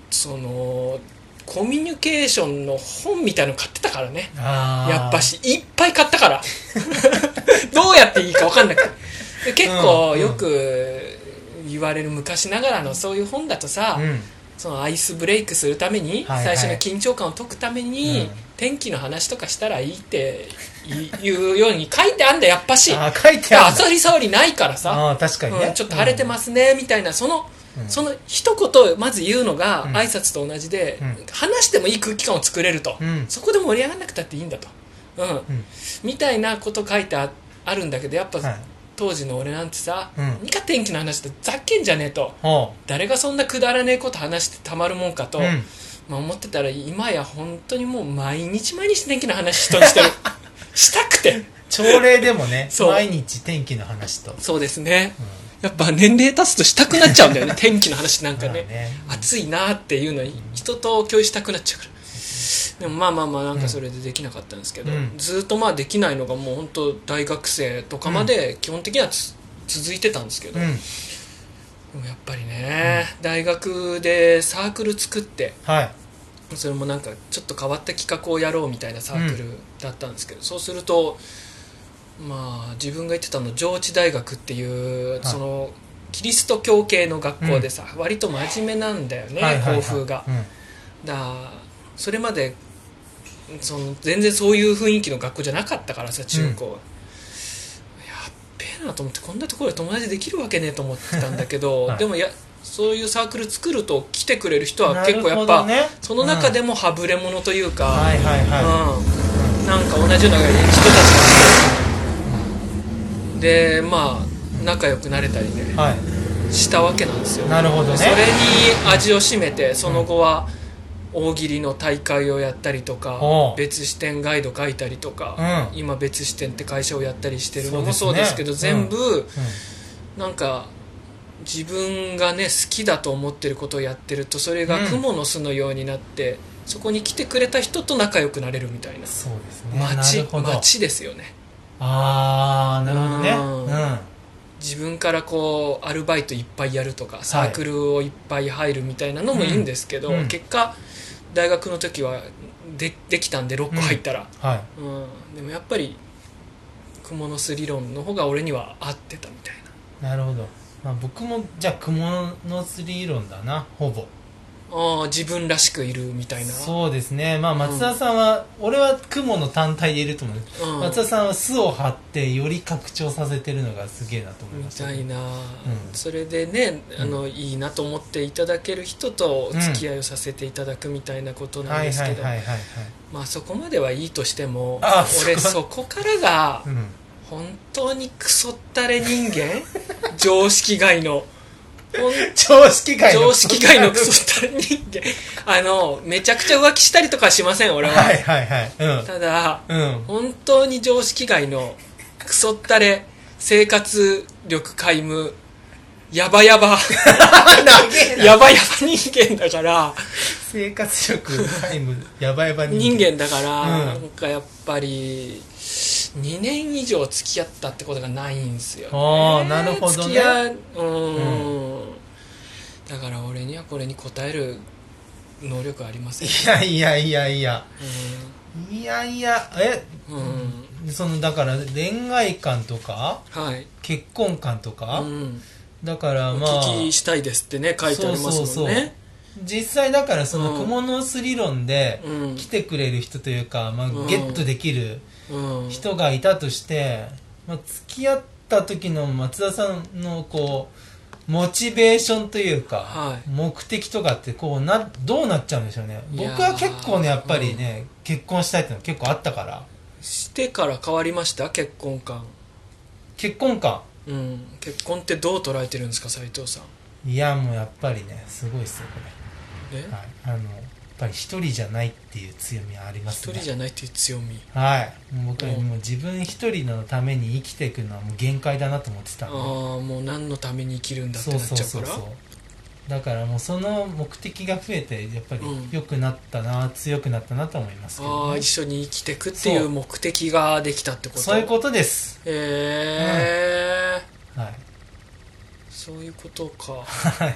S1: そのコミュニケーションの本みたいの買ってたからね
S2: あー
S1: やっぱしいっぱい買ったから どうやっていいか分かんなくてで結
S2: うんう
S1: 構
S2: ん
S1: よく言われる昔ながらのそういう本だとさ、
S2: うん
S1: そのアイスブレイクするために、
S2: はい
S1: 最初の緊張感を解くために、
S2: うん
S1: 天気の話とかしたらいいっていうように書いてあんだやっぱし
S2: あ書いてあるんだ
S1: 当たり障りないからさ、
S2: あー確かに
S1: う
S2: ね
S1: んちょっと晴れてますねみたいなその
S2: うん
S1: その一言まず言うのが
S2: うん
S1: 挨拶と同じで、
S2: うん
S1: 話してもいい空気感を作れると、
S2: うん
S1: そこで盛り上がらなくたっていいんだと、うん
S2: ん
S1: みたいなこと書いてああるんだけどやっぱ、
S2: はい
S1: 当時の俺なんてさ「
S2: うん
S1: 何か天気の話ってざっけんじゃねえ」と
S2: ほ
S1: 「誰がそんなくだらねえこと話してたまるもんかと」
S2: ううん
S1: まあ、思ってたら今や本当にもう毎日毎日天気の話 人にしてるしたくて
S2: 朝礼でもね
S1: そう
S2: 毎日天気の話と
S1: そうですね
S2: うん
S1: やっぱ年齢経つとしたくなっちゃうんだよ ね天気の話なんかね
S2: まあね
S1: 暑いなーっていうのに人と共有したくなっちゃうからでもまあまあまあなんかそれでできなかったんですけど、
S2: うん
S1: ずーっとまあできないのがもう本当大学生とかまで基本的にはつ続いてたんですけど、
S2: うん
S1: でもやっぱりね、大学でサークル作って
S2: はい
S1: それもなんかちょっと変わった企画をやろうみたいなサークルだったんですけど、そうするとまあ自分が行ってたの上智大学っていう、
S2: い
S1: そのキリスト教系の学校でさ、割と真面目なんだよね、
S2: はいはいはい
S1: 校風が
S2: う。ん
S1: だからそれまでその全然そういう雰囲気の学校じゃなかったからさ中高は、やっべえなと思ってこんなところで友達できるわけねえと思ってたんだけど、
S2: はい
S1: でもやそういうサークル作ると来てくれる人は
S2: なる
S1: 結構
S2: ほ
S1: やっ
S2: ど
S1: ぱ、
S2: ね
S1: その中で
S2: も
S1: もはぶれ者という
S2: は
S1: か、
S2: いはい
S1: うん
S2: は
S1: なんか同じような人たちが来てでまあ仲良くなれたり
S2: い
S1: ね
S2: はい
S1: したわけなんですよ
S2: なるほどね
S1: それに味を占めてその後は大喜利の大会をやったりとか
S2: おう
S1: 別視点ガイド書いたりとか、
S2: うん
S1: 今別視点って会社をやったりしてるのもそ
S2: そうう
S1: で
S2: ですす
S1: け
S2: ね
S1: ど全部、なんか自分がね好きだと思ってることをやってるとそれ
S2: う
S1: が
S2: ん
S1: 雲の巣のようになって、そこに来てくれた人と仲良くなれるみたいな
S2: そうですねな
S1: 街
S2: るほど
S1: 街ですよね
S2: ああなるほどね
S1: うん
S2: う
S1: 自分からこうアルバイトいっぱいやるとかサークルをいっぱい入るみたいなのもいいんですけど、
S2: うんうん
S1: 結果大学の時はでできたんで6個入ったら、
S2: んはい
S1: うんでもやっぱり雲の巣理論の方が俺には合ってたみたいな
S2: なるほど、まあ、僕もじゃあ蜘蛛の巣理論だなほぼ
S1: ああ自分らしくいるみたいな
S2: そうですねまあ松田さんは、俺は蜘蛛の単体でいると思う、
S1: うん
S2: 松田さんは巣を張ってより拡張させてるのがすげえなと思い
S1: み
S2: ました
S1: たいな、
S2: ん
S1: それでねあの、いいなと思っていただける人とお
S2: うん
S1: 付き合いをさせていただくみたいなことなん
S2: はい
S1: です
S2: は
S1: け
S2: い
S1: ど、
S2: はいはいはい
S1: まあそこまではいいとしても
S2: あ
S1: 俺
S2: そ
S1: そこからが
S2: うん
S1: 本当にクソったれ人 間常識外のほん
S2: 常識外の
S1: 常識外のクソったれ人間あのめちゃくちゃ浮気したりとかはしません俺は、
S2: はいはいはい
S1: ただ
S2: うんうん
S1: 本当に常識外のクソったれ生活力皆無ヤバヤ バヤバヤバ人間だから
S2: 生活力タイムやばやば
S1: 人間だから、
S2: うん
S1: なんかやっぱり2年以上付き合ったってことがないんですよ、
S2: ああなるほど
S1: 付
S2: ね
S1: き合ううん、だから俺にはこれに応える能力ありません
S2: いやいやいやいや
S1: う
S2: いやいやえ
S1: ん、うん
S2: そのだから恋愛観とか
S1: はい、
S2: 結婚観とか、
S1: うん、
S2: だから
S1: お
S2: まあ
S1: 聞きしたいですってね書いてありますもんね
S2: そうそうそう実際だからその
S1: うん
S2: 蜘蛛の巣理論で
S1: うん
S2: 来てくれる人というか、まあ
S1: うん、
S2: ゲットできる
S1: うん、
S2: 人がいたとして、まあ、付き合った時の松田さんのこうモチベーションというか、
S1: はい
S2: 目的とかってこうなどうなっちゃうんでしょうね
S1: い
S2: 僕
S1: やー
S2: は結構ねやっぱりね、結婚したいってのは結構あったから
S1: してから変わりました結婚観、
S2: 結婚観
S1: うん、結婚ってどう捉えてるんですか斉藤さん
S2: いやもうやっぱりねすごいっすよこれ、
S1: ね
S2: はい、あのぱり一人じゃないっていう強みはあります
S1: 一人じゃないっていう強み
S2: はい僕はもう自分一人のために生きていくのはもう限界だなと思ってた
S1: あ
S2: ん
S1: あ
S2: で
S1: もう何のために生きるんだって
S2: そ
S1: な
S2: う
S1: っ
S2: そう
S1: ちゃうか
S2: そう
S1: ら
S2: そうだからもうその目的が増えてやっぱり
S1: うん
S2: 良くなったな、強くなったなと思いますけ
S1: あ
S2: ど、
S1: あ
S2: ね
S1: 一、緒に生きてくっていう目的ができたってこと
S2: そういうことです
S1: へえ
S2: はい
S1: そういうことか
S2: はい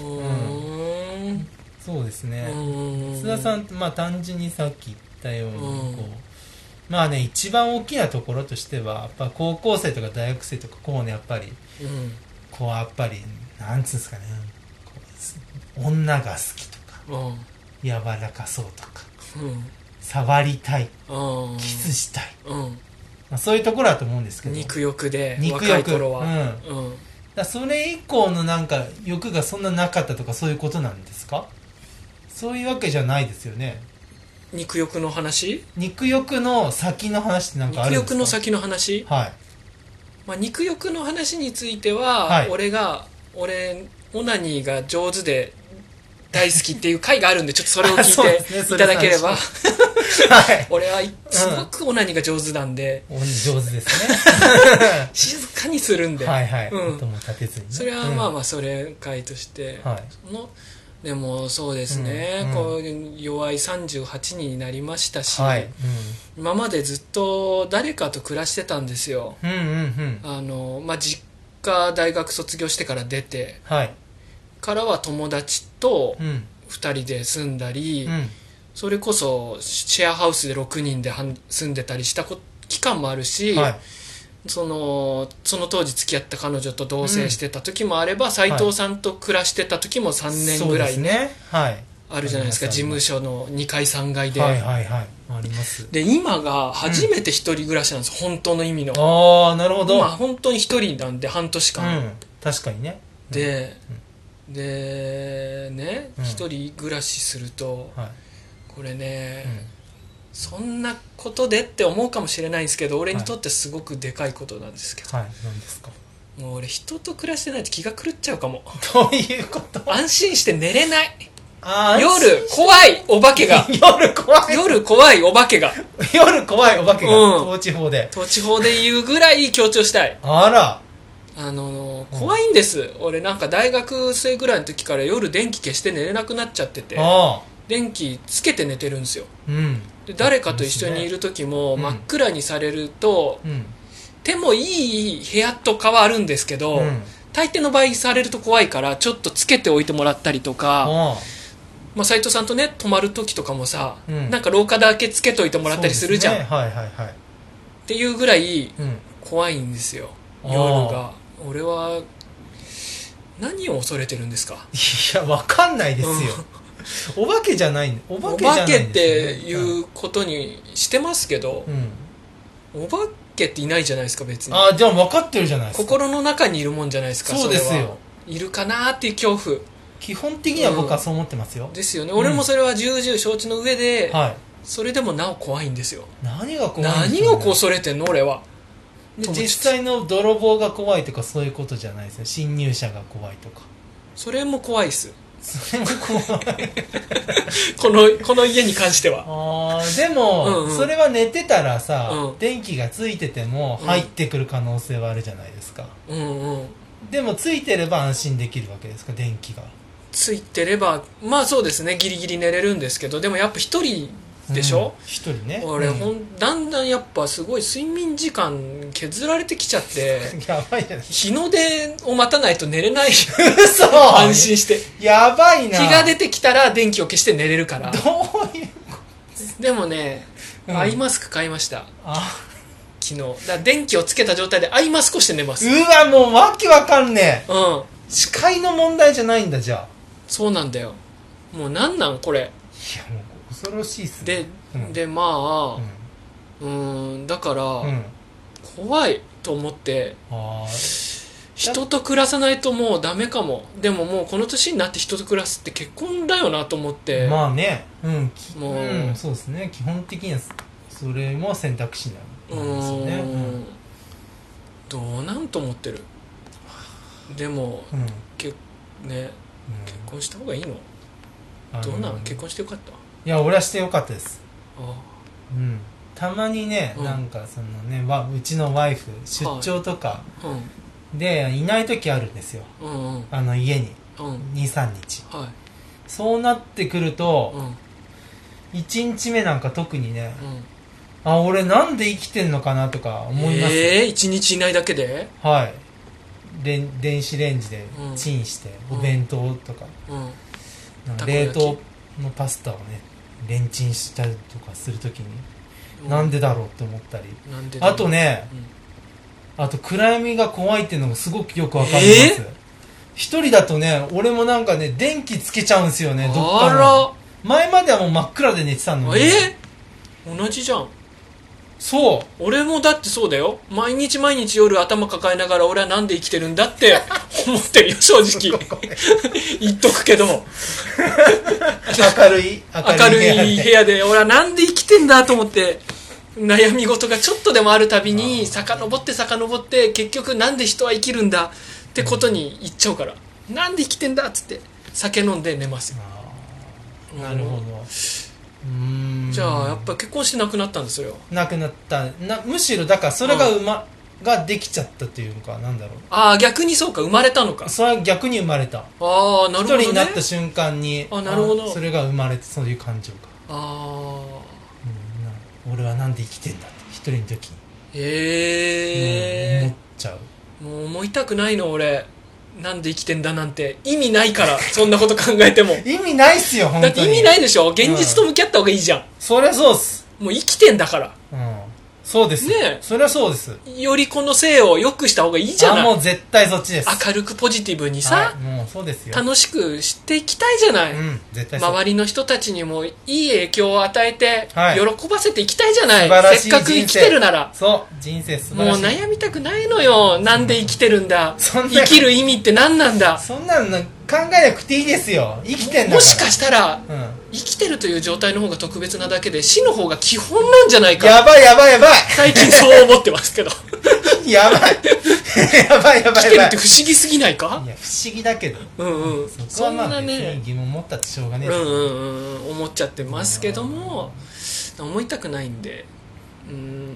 S1: うーん
S2: そうですね、
S1: うん
S2: 須田さん、まあ、単純にさっき言ったように
S1: う
S2: こ
S1: ん
S2: う、まあね一番大きなところとしてはやっぱ高校生とか大学生とかこうねやっぱり
S1: うん
S2: こうやっぱりなんつうんですかねこう女が好きとか
S1: うん
S2: 柔らかそうとか
S1: うん
S2: 触りたい
S1: うん
S2: キスしたい、
S1: うん
S2: まあ、そういうところだと思うんですけど
S1: 肉欲で
S2: 肉欲
S1: 若い頃
S2: うん、
S1: は
S2: だか
S1: うん
S2: らそれ以降のなんか欲がそんななかったとかそういうことなんですかそういうわけじゃないですよね
S1: 肉欲の話
S2: 肉欲の先の話ってなんかあ
S1: 肉
S2: るんですか
S1: 欲の先の話
S2: はい
S1: まあ、肉欲の話については、
S2: はい
S1: 俺が俺オナニーが上手で大好きっていう回があるんでちょっとそれを
S2: あそう
S1: 聞
S2: で
S1: い
S2: すね
S1: て
S2: そ
S1: い
S2: れ
S1: ただければ、
S2: はい。
S1: 俺はいすごくオナニーが上手なんで
S2: お上手です
S1: 静かにするんで、
S2: ね。はいはい。
S1: うん
S2: 音も立てずにね。
S1: それはまあ
S2: ま
S1: まあそれ回として、
S2: はい。
S1: そのでもそうですね、
S2: うんうん
S1: こう弱い38になりましたし、
S2: はい。
S1: 今までずっと誰かと暮らしてたんですよ
S2: うん。うんうんうん。
S1: あの、まあ、実家大学卒業してから出て
S2: はい。
S1: からは友達と
S2: うん。
S1: 2人で住んだり、
S2: うん。
S1: それこそシェアハウスで6人ではん住んでたりしたこ期間もあるし、
S2: はい。
S1: そのその当時付き合った彼女と同棲してた時もあれば斎、藤さんと暮らしてた時も3年ぐら
S2: そうです
S1: い
S2: ね。はい。
S1: あるじゃないですか
S2: あります
S1: 事務所の2階3階で、
S2: はいはいはい。あります。
S1: で今が初めて一人暮らしなんです、本当の意味の
S2: ああ、なるほど。
S1: 今本当に一人なんで半年
S2: う
S1: 間、
S2: ん。確かにね。
S1: で、でね
S2: うん
S1: 一、人暮らしすると
S2: は
S1: これね、
S2: い。
S1: そんなことでって思うかもしれないんですけど俺にとってすごくでかいことなんですけど、
S2: はい。何ですか
S1: もう俺人と暮らしてないと気が狂っちゃうかも
S2: どういうこと
S1: 安心して寝れない
S2: あー
S1: 夜怖いお化けが
S2: 夜怖い。
S1: 夜怖いお化けが
S2: 夜怖いお化けが、
S1: うん
S2: 統治法で。
S1: 統治法で言うぐらい強調したい
S2: あら。
S1: あの怖いんです俺なんか大学生ぐらいの時から夜電気消して寝れなくなっちゃってて
S2: ああ。
S1: 電気つけて寝てるんですよ
S2: うん。
S1: で誰かと一緒にいる時も
S2: うん
S1: 真っ暗にされると、
S2: うん。
S1: 手もいい部屋とかはあるんですけど、
S2: うん。
S1: 大抵の場合されると怖いからちょっとつけておいてもらったりとか、
S2: ああ。
S1: まあ、斉藤さんとね泊まる時とかもさ、
S2: うん
S1: なんか廊下だけつけといてもらったりするじゃん、
S2: そうですねはいはいはい。
S1: っていうぐらい
S2: うん。
S1: 怖いんですよ
S2: あー
S1: 夜が俺は何を恐れてるんですか
S2: いや、わかんないで すよ。お化けじゃないお
S1: お
S2: 化けじゃな
S1: 化
S2: い
S1: け
S2: ん
S1: っ
S2: です
S1: て
S2: よね
S1: いうことにしてますけど
S2: う、ん。
S1: お化けっていないじゃないですか別に
S2: あーじゃあ分かってるじゃないですか。
S1: 心の中にいるもんじゃないですか
S2: そうですよ
S1: れはいるかなーっていう恐怖
S2: 基本的には僕はそう思ってますよ。
S1: ですよね、
S2: うん
S1: 俺もそれは重々承知の上で、
S2: はい。
S1: それでもなお怖いんですよ
S2: 何が怖いんで
S1: 何
S2: しょうね
S1: を恐れてんの俺は
S2: で実際の泥棒が怖いとかそういうことじゃないですよ。侵入者が怖いとか。
S1: それも怖いっ す
S2: それも怖い。
S1: このこの家に関しては
S2: あーでも、
S1: うんうん
S2: それは寝てたらさ、
S1: うん
S2: 電気がついてても入ってくる可能性はあるじゃないですか。
S1: うんうん
S2: でもついてれば安心できるわけですか、電気が。
S1: ついてればまあそうですねギリギリ寝れるんですけどでもやっぱ一人でし
S2: うん
S1: ょ、
S2: 一、人ね。
S1: 俺、
S2: うん
S1: ほんだんだんやっぱすごい睡眠時間削られてきちゃって
S2: やばいじゃない
S1: 日の出を待たないと寝れない
S2: 嘘
S1: 安心して
S2: やばいな
S1: 日が出てきたら電気を消して寝れるから
S2: どういう
S1: でもね、
S2: うん
S1: アイマスク買いました
S2: あ
S1: 昨日だから電気をつけた状態でアイマスクをして寝ます
S2: うわもうわけわかんねえ
S1: うん
S2: 視界の問題じゃないんだじゃあ
S1: そうなんだよもうなんなんこれ
S2: いやもう恐ろしいっす
S1: で
S2: ね、うん
S1: でまあうんんだから、
S2: うん、うん、
S1: 怖いと思って
S2: あー
S1: 人と暮らさないともうダメかもでももうこの年になって人と暮らすって結婚だよなと思って、
S2: まあねうんき
S1: もうん
S2: そうですね基本的にはそれも選択肢な
S1: うん
S2: ですよねうん
S1: どうなんと思ってるでも
S2: うん
S1: けね結婚した方がいいのどうなの結婚してよかった
S2: いや俺はしてよかったです
S1: あ
S2: うんたまにね、
S1: うん
S2: なんかそのねわうちのワイフ出張とか
S1: あうん
S2: でいない時あるんですよ
S1: うんうん
S2: あの家に
S1: うん
S2: 23日
S1: はい
S2: そうなってくる
S1: うん
S2: と、
S1: うん
S2: 1日目なんか特にねあ俺なんで生きてんのかなとか思います、
S1: ええ一日いないだけで
S2: はいレン電子レンジで
S1: うん
S2: チンして、
S1: うん
S2: お弁当とか
S1: うん
S2: なん
S1: たこ焼
S2: か冷
S1: き
S2: 凍のパスタをねレンチンしたりとかするときに、なんでだろうって思ったり
S1: なんでだろ
S2: あ
S1: う
S2: とね
S1: うん
S2: あと暗闇が怖いっていうのもすごくよくわかります、一人だとね俺もなんかね電気つけちゃうんですよねどっか
S1: あ
S2: の
S1: ら
S2: 前まではもう真っ暗で寝てたのに
S1: え同じじゃん
S2: そう
S1: 俺もだってそうだよ毎日毎日夜頭抱えながら俺はなんで生きてるんだって思ってるよ正 直言っとくけど
S2: 明るい
S1: 明るい部
S2: で
S1: 屋で俺はなんで生きてんだと思って悩み事がちょっとでもあるたび
S2: あ
S1: に
S2: ー
S1: 遡って遡って結局なんで人は生きるんだってことに言っちゃうからなんで生きてんだっつって酒飲んで寝ますよ
S2: あーなるほどうーん
S1: じゃあやっぱ結婚してなくなったんですよ
S2: なくなったなむしろだからそれが馬、ができちゃったというかなんだろ
S1: ああ逆にそうか生まれたのか
S2: うそれは逆に生まれた
S1: ああなる
S2: 一
S1: ほど、ね、
S2: 人になった瞬間に
S1: あなるほど
S2: あそれが生まれてそういう感情が、
S1: ああ
S2: うんな俺はなんで生きてんだって一人の時に、
S1: ええ
S2: うん思っちゃう
S1: もう思いたくないの俺なんで生きてんだなんて意味ない からそんなこと考えても
S2: 意味ないっすよ本当
S1: だっ
S2: に
S1: て意味ないいでしょ現実と向き合った方がいいじゃん、
S2: そりゃそうっす
S1: もう生きてんだから
S2: うんそうですよ
S1: ねえ
S2: そりゃそうです
S1: よりこの生を良くした方がいいじゃ
S2: あ
S1: ない
S2: もう絶対そっちです
S1: 明るくポジティブに
S2: は
S1: さ
S2: い、もうそうですよ
S1: 楽しくしていきたいじゃない、
S2: うん絶対そう
S1: 周りの人たちにもいい影響を与えて
S2: はい
S1: 喜ばせていきたいじゃない,、
S2: 素晴らしい
S1: せっかく生きてるなら
S2: そう人生素
S1: も
S2: 晴
S1: う
S2: らしい
S1: 悩みたくないのよなんで生きてるんだ
S2: そんな
S1: 生きる意味って何なんだ
S2: そんなの考えなくていいですよ生きてんだから
S1: もしかしたら
S2: うん
S1: 生きてるという状態の方が特別なだけで死の方が基本なんじゃないか
S2: やばいやばい やば
S1: 最近そう思ってますけ ど
S2: いやばい やばいやば
S1: 生き
S2: い
S1: てる
S2: や
S1: っ
S2: ば
S1: て
S2: い
S1: 不思議すぎないか
S2: いや不思議だけど
S1: うんうん
S2: そこ
S1: そ
S2: は
S1: ん
S2: ま
S1: な
S2: あ別に
S1: ね
S2: 疑問持ったってしょうがね
S1: う
S2: え
S1: んう
S2: ですよ
S1: んうん思っちゃってますけども思いたくないんでうん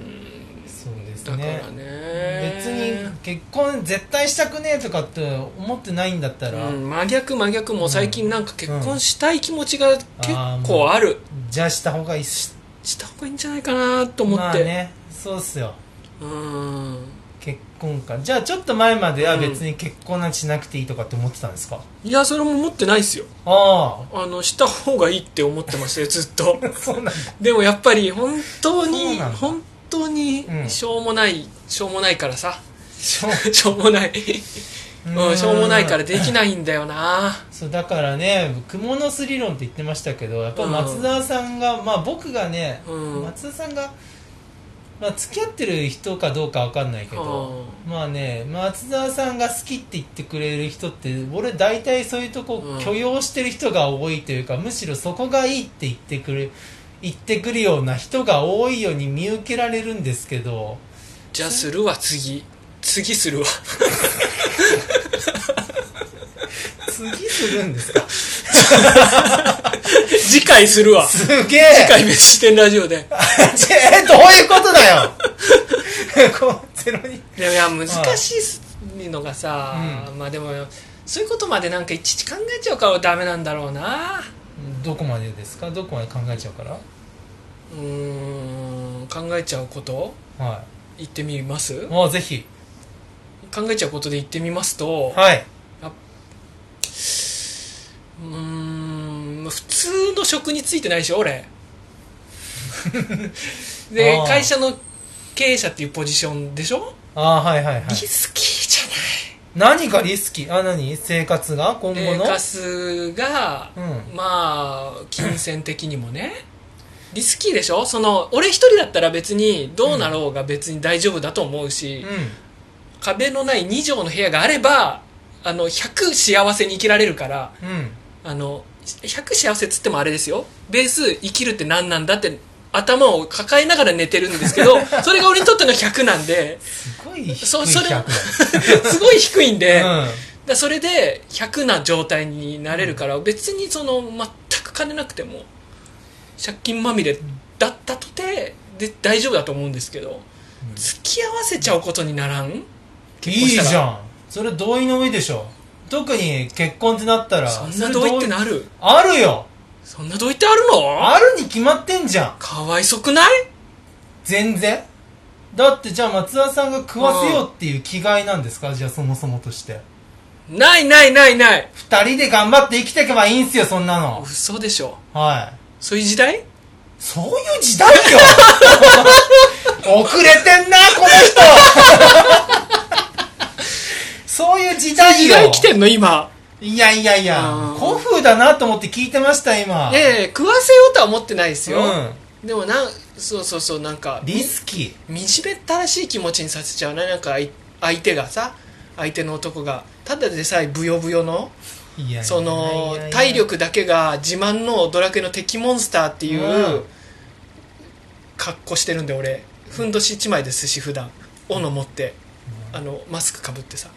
S2: そうです
S1: だから
S2: ね
S1: ね
S2: 別に結婚絶対したくねえとかって思ってないんだったら
S1: うん、真逆真逆もう最近なんか結婚したい気持ちが結
S2: うん
S1: 構ある
S2: じゃあした方がいいっす
S1: した方がいいんじゃないかなと思って、
S2: まあねそうっすよ
S1: うん
S2: 結婚かじゃあちょっと前までは別に結婚なんてしなくていいとかって思ってたんですか、
S1: いやそれも持ってないですよ
S2: あ
S1: あのした方がいいって思ってましたよ ずっと
S2: あそうなんだ
S1: でもやっぱり本当
S2: そう
S1: に
S2: なんだ
S1: 本当に
S2: うん
S1: しょうもない、しょうもないからさ
S2: しょ
S1: しょうもない、うん、しょうもないからできないんだよな
S2: そうだからね「蜘蛛の巣理論」って言ってましたけどやっぱ松田さんが、まあ僕がね、
S1: うん
S2: 松田さんが、まあ、付き合ってる人かどうかわかんないけど、まあね松田さんが好きって言ってくれる人って俺大体そういうとこ
S1: うん
S2: 許容してる人が多いというか、むしろそこがいいって言ってくる言ってくるような人が多いように見受けられるんですけど
S1: じゃあするわ次次するわ
S2: 次する んですか
S1: 次回するわ
S2: すげ
S1: 次
S2: え
S1: 回別視点ラジオで
S2: えどういうことだよ こうゼロに
S1: でもいや難しいのがさ、
S2: う
S1: まあでもそういうことまでなんかいちいち考えちゃうからダメなんだろうな
S2: どこまでですかどこまで考えちゃうから
S1: うーん考えちゃうこと
S2: は
S1: 言ってみます
S2: いもうぜひ
S1: 考えちゃうことで言ってみますと
S2: はい、
S1: うーん普通の職についてないでしょ 俺で
S2: あー
S1: 会社の経営者っていうポジションでしょ
S2: ああはいはいはい
S1: リスキーじ
S2: 何がリスキーあ何生活が今後
S1: ゃない
S2: の
S1: で、ガスが
S2: うん
S1: まあ金銭的にもねリスキーでしょその俺一人だったら別にどうなろうが別に大丈夫だと思うし、
S2: う
S1: 壁のない2畳の部屋があればあの100幸せに生きられるから
S2: んうん
S1: あの100幸せっつってもあれですよベース生きるって何なんだって頭を抱えながら寝てるんですけ どそれが俺にとっての100なんです
S2: ごい低 い
S1: そそれ
S2: 100
S1: すごい低いんで、
S2: だ
S1: だそれで100な状態になれるから、別にその全く金なくても借金まみれだったとてで大丈夫だと思うんですけど付き合わせちゃうことにならん
S2: い
S1: 結
S2: い
S1: 婚したら
S2: じゃんそれ同意の上でしょ特に結婚ってなったら
S1: そんな同意って
S2: それ
S1: なる
S2: あるよ
S1: そんな同意ってあるの
S2: あるに決まってんじゃん
S1: かわいそくない
S2: 全然だってじゃあ松田さんが食わせようっていう気概なんですかじゃあそもそもとして
S1: ないないないない
S2: 二人で頑張って生きていけばいいんすよそんなの
S1: 嘘でしょ
S2: はい
S1: そういう時代
S2: そういう時代 よ遅れてんなこの人そういう時代
S1: 時
S2: よ
S1: 代来てんの今
S2: いやいやいや
S1: あー
S2: 古風だなと思って聞いてました今
S1: ええ食わせようとは思ってないですよ、
S2: う
S1: でもなんそうそうそうなんか
S2: んリスキ
S1: 惨めったらしい気持ちにさせちゃうななんかあい相手がさ相手の男がただでさえブヨブヨの
S2: ーいやいやいや
S1: その体力だけが自慢のドラクエの敵モンスターっていううん格好してるんで俺ふんどし一枚ですし普段斧持ってあのマスクかぶってさ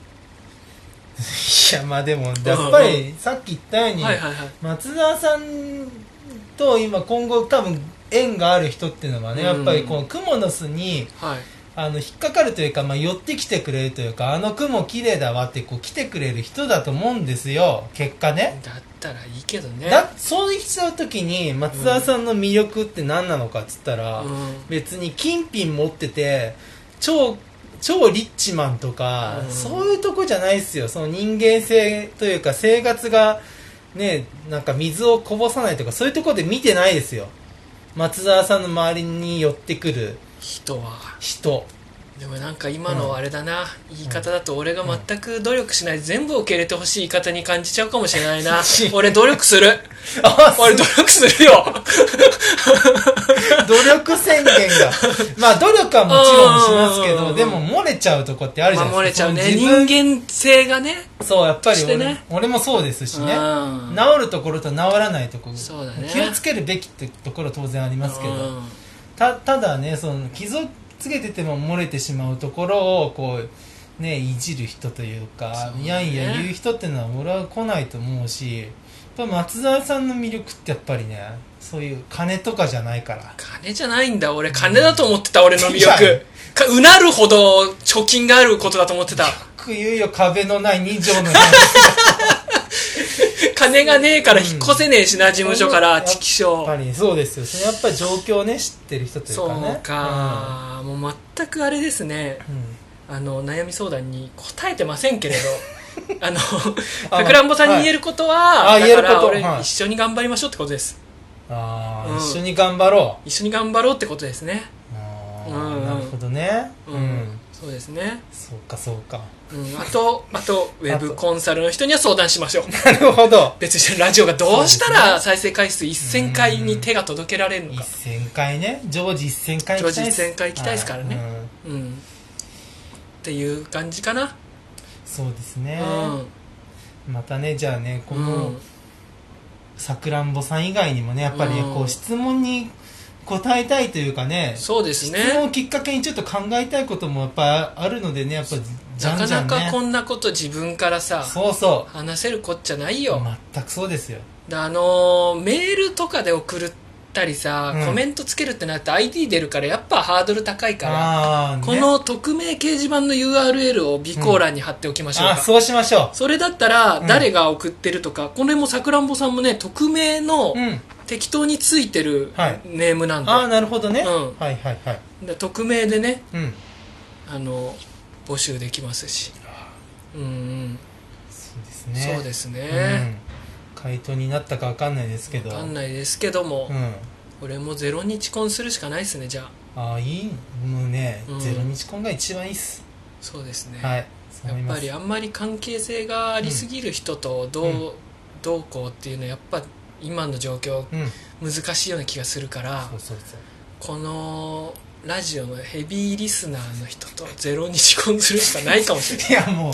S2: いやまあでもやっぱ
S1: う
S2: りさっき言ったように
S1: はいはいはい
S2: 松沢さんと今今後多分縁がある人っていうのはね、
S1: うん
S2: やっぱりこのクモの巣に
S1: はい
S2: あの引っかかるというか、まあ、寄ってきてくれるというかあの雲綺麗だわってこう来てくれる人だと思うんですよ結果ね
S1: だったらいいけどね
S2: だそうしちゃう時に松沢さんの魅力って何なのかっつったら、
S1: うん
S2: 別に金品持ってて超超リッチマンとか、
S1: うん
S2: そういうとこじゃないですよその人間性というか生活がねなんか水をこぼさないとかそういうとこで見てないですよ松沢さんの周りに寄ってくる
S1: 人は
S2: 人
S1: でもなんか今のあれだな、言い方だと俺が全く努力しない、全部受け入れてほしい言い方に感じちゃうかもしれ ないな俺努力する
S2: あ
S1: 俺努力するよ
S2: 努力宣言が まあ努力はもちろんしますけ
S1: うんうんうんう
S2: ど
S1: ん
S2: でも漏れちゃうとこってあるじゃない
S1: 守
S2: で
S1: れ
S2: す
S1: ち
S2: か
S1: ゃうね
S2: その
S1: 人
S2: 自分
S1: 間性がね
S2: そうやっぱり
S1: して
S2: 俺,、
S1: ね
S2: 俺もそうですしね
S1: うん
S2: 治るところと治らないところ、
S1: そうだね
S2: 気をつけるべきってところ当然ありますけど、
S1: うん
S2: たただねその傷をつけてても漏れてしまうところをこうねいじる人という
S1: そう
S2: か
S1: ね
S2: いやいや言う人ってのは俺は来ないと思うしやっぱ松沢さんの魅力ってやっぱりねそういう金とかじゃないから
S1: 金じゃないんだ俺金だと思ってた俺の魅
S2: いや
S1: 力かうなるほど貯金があることだと思ってた
S2: く言うよ壁のない2畳の部屋
S1: 金がねえから引っ越せねえしな、事務所か
S2: や
S1: ら
S2: っ
S1: 畜
S2: やっ
S1: 生
S2: ぱり そうですよそれやっぱり状況をね知ってる人という
S1: そ
S2: かね
S1: うか、もう全くあれですね
S2: うん、うん
S1: あの悩み相談に答えてませんけれ どあの
S2: あ
S1: さくらんぼさんに言えることは、
S2: はい
S1: だか
S2: あ言えるこ
S1: ら
S2: と
S1: 俺、
S2: はい
S1: 一緒に頑張りましょうってことです
S2: ああ、
S1: うん
S2: 一緒に頑張ろう
S1: 一緒に頑張ろうってことですね
S2: あ
S1: うん
S2: ー
S1: うん
S2: なるほどね
S1: うん、そうですね、
S2: そうかそうか
S1: うん、あとあとウェブコンサルの人には相談しましょう
S2: なるほど
S1: 別にラジオがどうした
S2: そう
S1: ら再生回数1000回に手が届けられるのか
S2: 1000回ね常時1000回行きたいっす
S1: 常時1000回行きたいですからね
S2: はいうん
S1: うんっていう感じかな、
S2: そうですね、またねじゃあねこ
S1: うんう
S2: の
S1: ん
S2: さくらんぼさん以外にもねやっぱりね
S1: うん
S2: こう質問に答えたいというかね
S1: そうです
S2: 質問
S1: ね
S2: をきっかけにちょっと考えたいこともやっぱあるのでねやっぱじ
S1: な
S2: ゃん
S1: か
S2: じゃ
S1: なんか
S2: ね
S1: こんなこと自分からさ
S2: そうそ
S1: 話せるこっちゃないうよ、
S2: 全くそうですよ
S1: であのーメールとかで送ったりさ、
S2: うん
S1: コメントつけるってなると ID 出るからやっぱハードル高いから、
S2: ああー
S1: こ
S2: ね
S1: の匿名掲示板の URL を備考欄に貼っておきましょう
S2: あ
S1: か、
S2: そうしましょ
S1: それだったら
S2: うん
S1: 誰が送ってるとか、これもさくらんぼさんもね匿名の
S2: ううん
S1: 適当についてる
S2: はい
S1: ネームなんで、
S2: ああなるほどね、
S1: うん
S2: はいはいはい
S1: で匿名でね
S2: うん
S1: あの募集できますしうんうん、
S2: そうですね
S1: そう
S2: す
S1: ですね、
S2: うん、回答になったかわかんないですけど
S1: わかんないですけども、
S2: うん
S1: 俺もゼロ日婚するしかないですねじゃあ
S2: ああいいもうね、
S1: うん
S2: ゼロ日婚が一番いいっす
S1: そうですね、
S2: はいそう
S1: やっ
S2: 思いま
S1: ぱ
S2: す
S1: りあんまり関係性がありすぎる人とどう,、
S2: うん
S1: どうこうっていうのはやっぱ今の状況
S2: うん
S1: 難しいような気がするから
S2: そうそうそう
S1: このラジオのヘビーリスナーの人とゼロ日婚するしかないかもしれない
S2: いやもう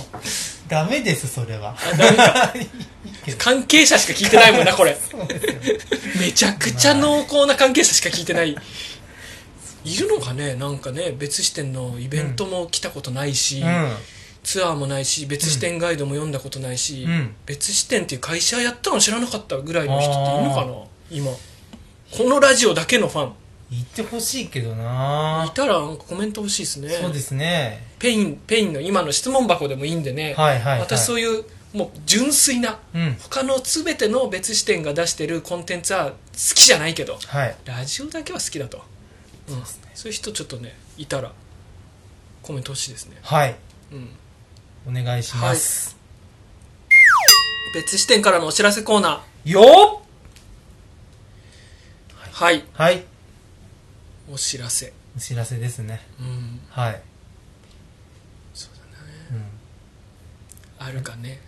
S2: ダメですそれはいいけど
S1: 関係者しか聞いてないもんなこれ
S2: そうですよ
S1: めちゃくちゃ濃厚な関係者しか聞いてないいるのかねなんかね別視点のイベントも来たことないし、
S2: うん
S1: ツアーもないし別視点ガイドも読んだことないし、
S2: うん
S1: 別視点っていう会社やったの知らなかったぐらいの人っているのか
S2: あ
S1: な今このラジオだけのファン
S2: 言ってほしいけど
S1: い
S2: な
S1: たらなんかコメント欲しいですね
S2: そうですね
S1: ペインペインの今の質問箱でもいいんでね、
S2: はいはいはい
S1: 私そういうもう純粋な
S2: うん
S1: 他の全ての別視点が出してるコンテンツは好きじゃないけど
S2: はい
S1: ラジオだけは好きだと、うんそういう人ちょっとねいたらコメント欲しいですね、
S2: はい
S1: うん、
S2: お願いします、
S1: 別視点からのお知らせコーナー
S2: よっ
S1: はい
S2: はい
S1: お知らせ
S2: お知らせですね
S1: うん
S2: はい
S1: そうだね、あるか ね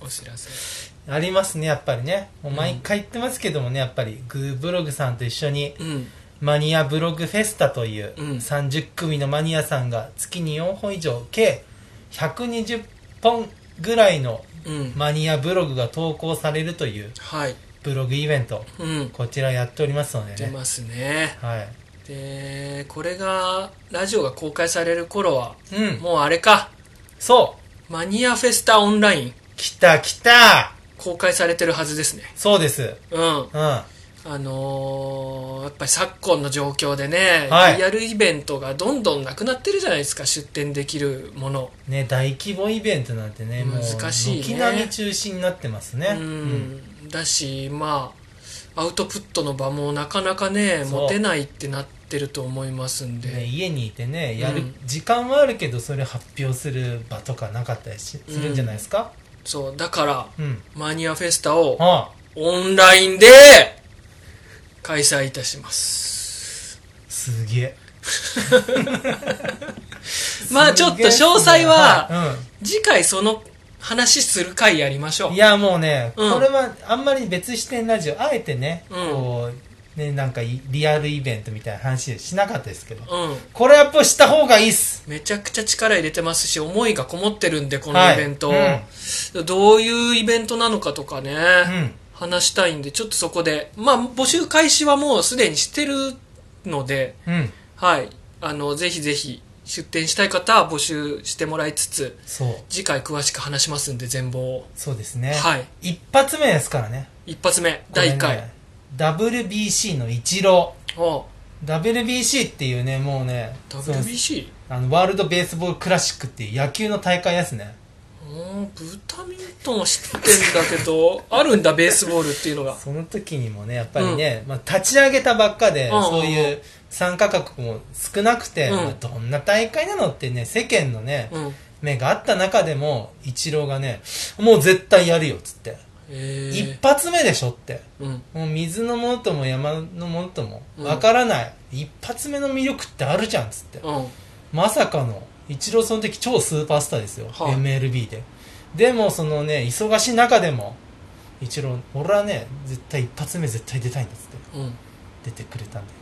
S1: お知らせ
S2: ありますねやっぱりねもう
S1: うん
S2: 毎回言ってますけどもねやっぱりグーブログさんと一緒に
S1: うん
S2: マニアブログフェスタという
S1: うん
S2: 30組のマニアさんが月に4本以上計120本ぐらいの
S1: うん、
S2: マニアブログが投稿されるという
S1: はい
S2: ブログイベント
S1: うん
S2: こちらやっておりますので
S1: 出
S2: ね
S1: ますね
S2: はい
S1: でこれがラジオが公開される頃は
S2: うん
S1: もうあれか
S2: そう
S1: マニアフェスタオンライン
S2: 来た来た
S1: 公開されてるはずですね
S2: そうです
S1: うん
S2: うんは
S1: あのーやっぱり昨今の状況でね、
S2: はい
S1: リアルイベントがどんどんなくなってるじゃないですか出店できるもの、
S2: いね大規模イベントなんてねもう
S1: 難しいね
S2: 軒並み中止になってますね
S1: うんだしまあアウトプットの場もなかなかね
S2: そう
S1: 持てないってなってると思いますんで、
S2: ね、家にいてねやる、
S1: うん
S2: 時間はあるけどそれ発表する場とかなかったりしするんじゃないですか
S1: そうだから
S2: うん、
S1: マニアフェスタを
S2: ああ
S1: オンラインで開催いたします
S2: すげえ
S1: まあちょっと詳細は
S2: は
S1: 次回その話する回やりましょ、
S2: いううん、いやもうね、
S1: うん
S2: これはあんまり別視点ラジオあえてね、
S1: うん
S2: こうねなんかいリアルイベントみたいな話しなかったですけど、
S1: うん、
S2: これやっぱした方がいいっす
S1: めちゃくちゃ力入れてますし思いがこもってるんでこの
S2: はい
S1: イベント、
S2: う
S1: どういうイベントなのかとかね、
S2: うん
S1: 話したいんでちょっとそこでまあ募集開始はもうすでにしてるので
S2: うん
S1: はいあのぜひぜひ出店したい方は募集してもらいつつ
S2: そう
S1: 次回詳しく話しますんで全貌を
S2: そうですね、
S1: はい
S2: 一発目ですからね
S1: 一発目第1
S2: これ
S1: 回、
S2: ね WBC のイチロー
S1: おう
S2: WBC っていうねもうねその
S1: WBC?
S2: あのワールド・ベースボール・クラシックっていう野球の大会ですね
S1: うんブタミントンは知ってんだけどあるんだベースボールっていうのが
S2: その時にもねやっぱりね、まあ、立ち上げたばっかで、
S1: うんうんうん
S2: そういう参加国も少なくて、
S1: うん
S2: まあどんな大会なのってね世間のね、
S1: うん
S2: 目があった中でもイチローがねもう絶対やるよっつって、
S1: えー
S2: 一発目でしょって
S1: うん
S2: もう水のものとも山のものとも
S1: うん
S2: わからない、一発目の魅力ってあるじゃんっつって、
S1: うん
S2: まさかの、イチローその時超スーパースターですよ、
S1: はい
S2: MLB で。でも、そのね、忙しい中でも、イチロー、俺はね、絶対一発目絶対出たいんだっつって、
S1: うん
S2: 出てくれたんで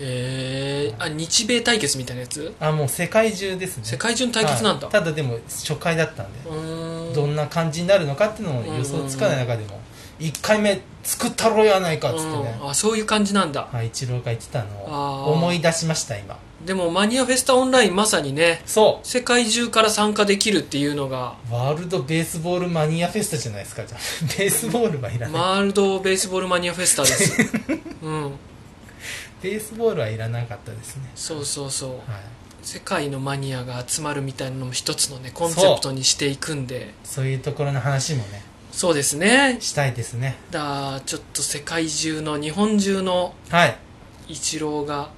S2: ね。
S1: えー、あ日米対決みたいなやつ
S2: あ、もう世界中ですね。
S1: 世界中の対決なんだ、
S2: はいただでも、初回だったんで
S1: う、ーん
S2: どんな感じになるのかっていうのも予想つかない中でも、1回目作ったろうやないかっつってね
S1: うん、あそういう感じなんだ
S2: はい、イチローが言ってたの
S1: あー
S2: を思い出しました、今。
S1: でもマニアフェスタオンラインまさにね
S2: そ
S1: 世界中から参加できるっていうのが
S2: う。ワールドベースボールマニアフェスタじゃないですか、じゃあ。 ベースボールはいらない。
S1: ワールドベースボールマニアフェスタです、 うん、
S2: ベースボールはいらなかったですね。
S1: そうそうそう
S2: はい。
S1: 世界のマニアが集まるみたいなのも一つのねコンセプトにしていくんで
S2: そういうところの話もね、
S1: そうですね
S2: したいですね。
S1: だからちょっと世界中の日本中の
S2: はい。
S1: イチローが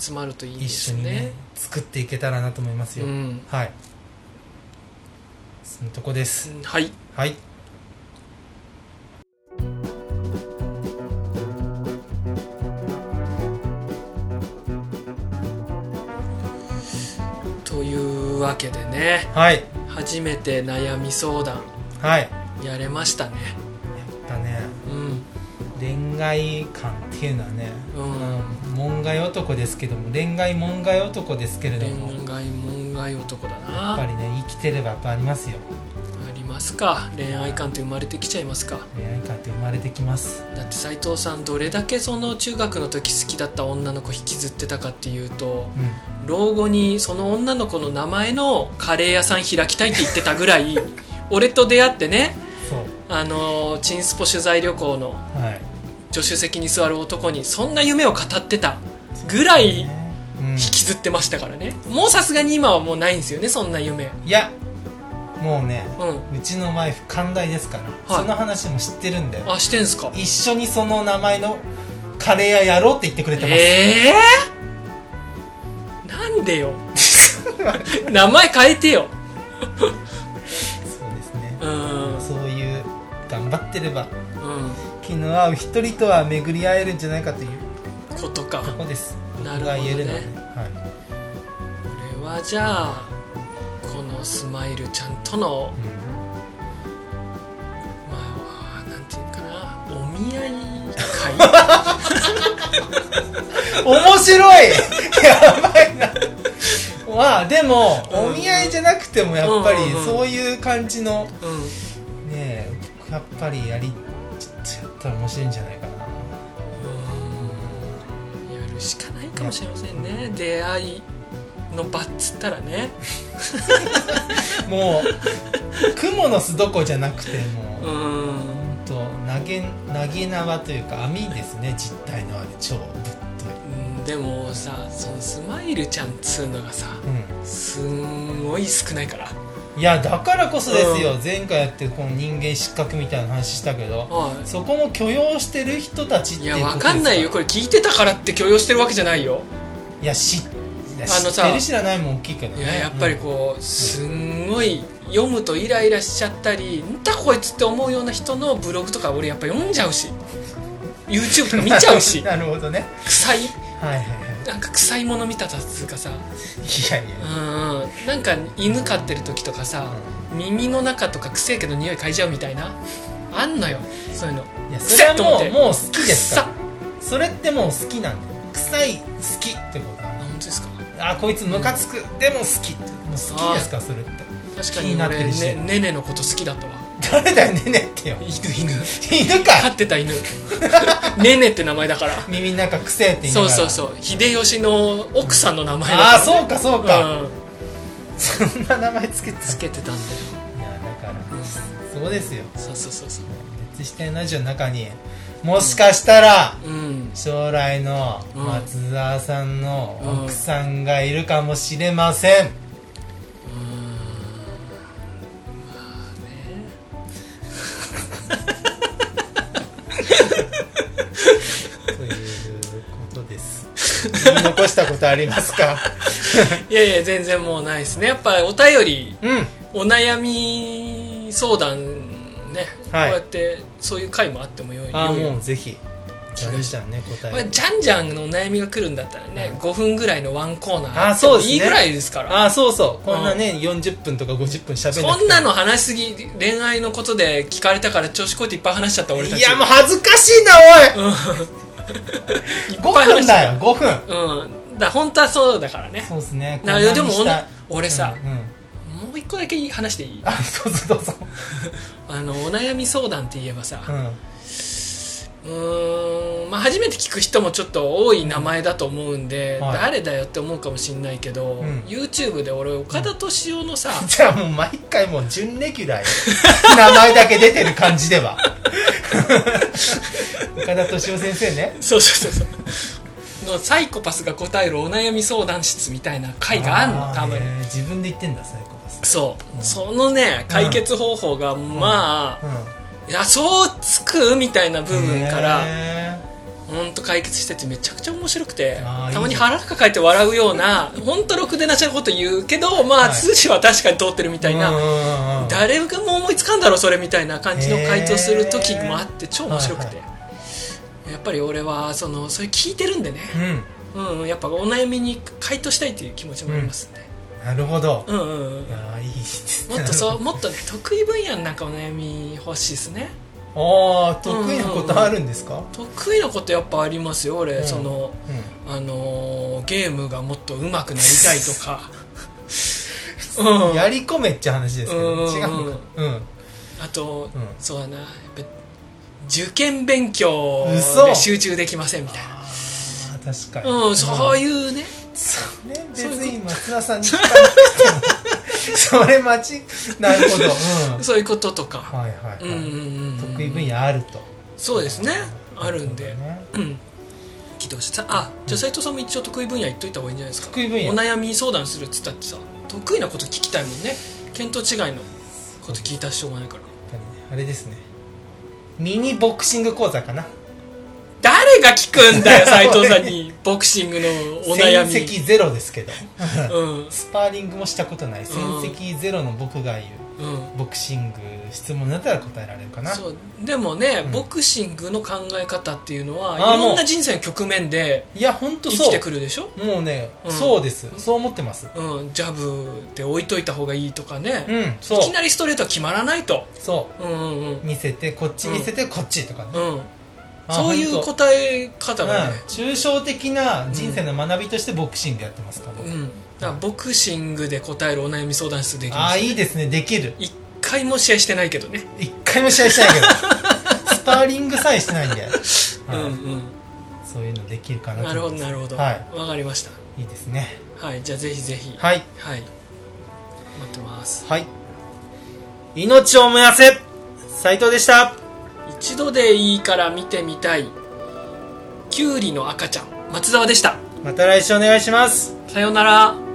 S1: 集まるといいで
S2: 一
S1: す
S2: 緒にね
S1: ね、
S2: 作っていけたらなと思いますよ。
S1: うん
S2: はい。そのとこです。
S1: はい
S2: はい。
S1: というわけでね
S2: はい。
S1: 初めて悩み相談
S2: はい。や
S1: やれましたね
S2: っぱね、
S1: うん
S2: 恋愛感っていうのはね、
S1: うん
S2: うん門外男ですけども、恋愛門外男ですけれども、やっ
S1: 恋愛門外男だな
S2: ぱ
S1: あ
S2: りね、生きてればやっぱありますよ。
S1: りまますか恋愛観って生まれてきちゃいますか
S2: 恋愛観って生まれてきます
S1: だって斉藤さんどれだけその中学の時好きだった女の子引きずってたかっていうと
S2: うん
S1: 老後にその女の子の名前のカレー屋さん開きたいって言ってたぐらい 俺と出会ってね
S2: そう
S1: あのチンスポ取材旅行の
S2: はい
S1: 助手席に座る男にそんな夢を語ってたぐらい引
S2: ねうん
S1: きずってましたからねもうさすがに今はもうないんですよねそんな夢
S2: いやもうね
S1: うん
S2: うちのワイフ寛大ですから、その話も知ってるんだよ
S1: あしてんすか
S2: 一緒にその名前のカレー屋やろうって言ってくれてます、
S1: ええー、なんでよ 名前変えてよ
S2: そうですね
S1: うんうん
S2: そういう頑張ってれば気の合う一人とは巡り合えるんじゃないかという
S1: ことか
S2: とこです
S1: なるほ
S2: 僕
S1: ど
S2: が
S1: ね
S2: 言えるのはねは
S1: 俺はじゃあこのスマイルちゃんとの
S2: い、
S1: まあなんていうかなお見合い会
S2: 面白いや ばいなまあでも、
S1: うん
S2: お見合いじゃなくてもやっぱり
S1: うんうんうん
S2: そういう感じの
S1: うん
S2: ねえやっぱりやりちょっとやったら面白いんじゃないかな
S1: うんやるしかないかもしれませんね出会いの場っつったらね
S2: もう 雲の巣どこじゃなくてもう
S1: う、ん
S2: ほんと投げ投げ縄というか網ですね実体のあれ超ぶっと
S1: うんでもさそのスマイルちゃんっつうのがさ
S2: い、
S1: すんごい少ないから
S2: いやだからこそですよ、前回やってるこの人間失格みたいな話したけど
S1: は
S2: そこも許容してる人たちっ
S1: い
S2: て
S1: い
S2: いう
S1: や
S2: ことです
S1: わかんないよこれ聞いてたからって許容してるわけじゃないよ
S2: いや知っいや
S1: あの
S2: 知
S1: さ
S2: ってる知らないも大きいけど、
S1: い
S2: ね、
S1: ややっぱりこうすんごい読むとイライラしちゃったり「んだこいつ」って思うような人のブログとか俺やっぱ読んじゃうし YouTube とか見ちゃうし
S2: なるほどね
S1: 臭い
S2: はいはいはい
S1: なんか臭いもの見たたつうかさ
S2: いやいや
S1: う、んうんなんか犬飼ってる時とかさ耳の中とか臭いけど匂い嗅いじゃうみたいなあんのよそういうの
S2: いやそれ
S1: くせっ
S2: は
S1: と思っ
S2: も
S1: て
S2: うもう好きです
S1: く
S2: か
S1: っ
S2: らそれってもう好きなんだよ臭い好きってことだ
S1: あ本当ですか
S2: あこいつムカつくでも好きってもう好きですかそれって
S1: 確か
S2: 気に
S1: に
S2: なって
S1: 俺
S2: るし
S1: ねねねのこと好きだったわ
S2: 誰だよねねってよ
S1: 犬犬飼
S2: 犬か
S1: ってた犬ねねって名前だから
S2: 耳の中くせえって言いな
S1: そ
S2: が
S1: う
S2: ら
S1: そうそう秀吉の奥さんの名前だから
S2: ああそうかそうか、
S1: うん
S2: そんな名前つけて
S1: つ
S2: た
S1: けてたんだよ
S2: いやだか
S1: う
S2: ら
S1: ん
S2: そうですよ
S1: そうそうそうそ
S2: 別視点ラジオの中にもしかしたら
S1: ううん
S2: 将来の
S1: うん
S2: 松沢さん
S1: うん
S2: の奥さんがいるかもしれません、
S1: うーんまあね
S2: ということです 言い残したことありますか
S1: いやいや全然もうないですねやっぱお便り
S2: う
S1: お
S2: ん
S1: 悩み相談ね、
S2: はい
S1: こうやってそういう回もあってもよい
S2: ああ
S1: 良い
S2: もうぜひじゃんじゃんね答
S1: まあ
S2: え
S1: じゃんじゃんのお悩みが来るんだったらね、
S2: うん
S1: 5分ぐらいのワンコーナー
S2: あそうですね
S1: いいぐらいですから
S2: ああそうそうこんなね、40分とか50分喋ゃ
S1: そんなの話しすぎ恋愛のことで聞かれたから調子こいていっぱい話しちゃった俺たち
S2: いやもう恥ずかしいなおい
S1: ぱい
S2: 5分
S1: 話しち
S2: だ
S1: ゃ
S2: よ
S1: う
S2: 5分
S1: うんだ本当はそうだからね
S2: そうですね
S1: な
S2: こんに
S1: でも
S2: したい
S1: お俺さ
S2: うんうん
S1: もう一個だけ話していい
S2: あどうぞどうぞ
S1: あのお悩み相談って言えばさ、
S2: うん
S1: うーんまあ、初めて聞く人もちょっと多い名前だと思うんで、
S2: はい
S1: 誰だよって思うかもしんないけど、
S2: うん
S1: YouTube で俺岡田敏夫のさ、
S2: じゃあもう毎回もう準レギュラーよ 名前だけ出てる感じでは 岡田敏夫先生ね
S1: そうそうそうそうのサイコパスが答えるお悩み相談室みたいな回があんの
S2: ー
S1: 多分
S2: へー自分で言ってんだサイコパス
S1: そう、
S2: うん
S1: そのね解決方法が、まあ、
S2: う
S1: いやそうつくみたいな部
S2: ん
S1: 分から、
S2: へ
S1: ほんと解決しててめちゃくちゃ面白くて
S2: あー
S1: たまに
S2: いいね
S1: 腹抱えて笑うようなほんとろくでなしなこと言うけどまあ、
S2: はい
S1: 筋は確かに通ってるみた
S2: ー
S1: いな、
S2: うんうんうん
S1: 誰がも思いつかんだろうそれみたいな感じの回答する時もあって超面白くて、
S2: は
S1: やっぱり俺はそのそれ聞いてるんでね、
S2: う
S1: う
S2: ん
S1: んうん、やっぱお悩みに回答したいという気持ちもありますね、
S2: なるほど
S1: うんうんうん
S2: いやーいいですね
S1: もっとそうもっとね得意分野のなんかお悩み欲しいですね
S2: ああ得意なことあるんですか、
S1: 得意なことやっぱありますよ俺、
S2: うん
S1: その
S2: うん
S1: あのーゲームがもっと上手くなりた いとかうん
S2: やり込めっちゃ話ですけ
S1: う
S2: ど、
S1: んうんうん
S2: 違うのかうん
S1: あと、
S2: うん
S1: そうだなやっぱ受験勉強
S2: 嘘
S1: で集中できませんみたいな
S2: あー確かに、
S1: うん、そう
S2: う
S1: いうね
S2: ね別
S1: そういう
S2: に松田さんに聞かなくても それ待ちなるほど、う
S1: そういうこととか
S2: ん、はいはい、はい
S1: うんうんうん
S2: 得意分野あると
S1: そうですねあるんで
S2: そうだね
S1: うん起動してさあじゃあ斎藤さんも一応得意分野言っといた方がいいんじゃないですか
S2: 得意分野
S1: お悩み相談するっつったってさ得意なこと聞きたいもんね見当違いのこと聞いたらしょうがないから
S2: やっぱりねあれですねミニボクシング講座かな
S1: 誰が聞くん だよ斎藤さんにボクシングのお悩み
S2: 戦績ゼロですけど
S1: うん
S2: スパーリングもしたことない戦績ゼロの僕が言う
S1: うん
S2: ボクシング質問だったら答えられるかな
S1: そうでもね、
S2: うん
S1: ボクシングの考え方っていうのは
S2: あ
S1: い
S2: ー
S1: ろんな人生の局面で
S2: いや本当
S1: 生
S2: そう
S1: きてくるでしょ
S2: もうね、
S1: うん
S2: そうですそう思ってます
S1: うん、ジャブで置いといた方がいいとか
S2: う
S1: ね、
S2: んそう
S1: いきなりストレートは決まらないと
S2: そ
S1: うんうんうん
S2: う見せてこっち見せて、こっちとかね、
S1: うん
S2: あ
S1: そういう
S2: 本
S1: 答え方
S2: 当
S1: が
S2: うん
S1: ね、
S2: 抽象的な人生の学びとしてボクシングやってますから、
S1: うんだからボクシングで答えるお悩み相談室でき
S2: あ
S1: ま
S2: あ
S1: す
S2: いいですねできる
S1: 一回も試合してないけどね、
S2: 一回も試合してないけどスパーリングさえしてないんで、はい
S1: うん
S2: そういうのできるか
S1: う
S2: なんと
S1: なるほどなるほど
S2: は
S1: わ、かりました
S2: いいいですね
S1: はいじゃあぜひぜひ
S2: はい
S1: はい、待ってます
S2: はい命を燃やせ斉藤でした
S1: 一度でいいから見てみたいキュウリの赤ちゃん松沢でした
S2: また来週お願いします
S1: さようなら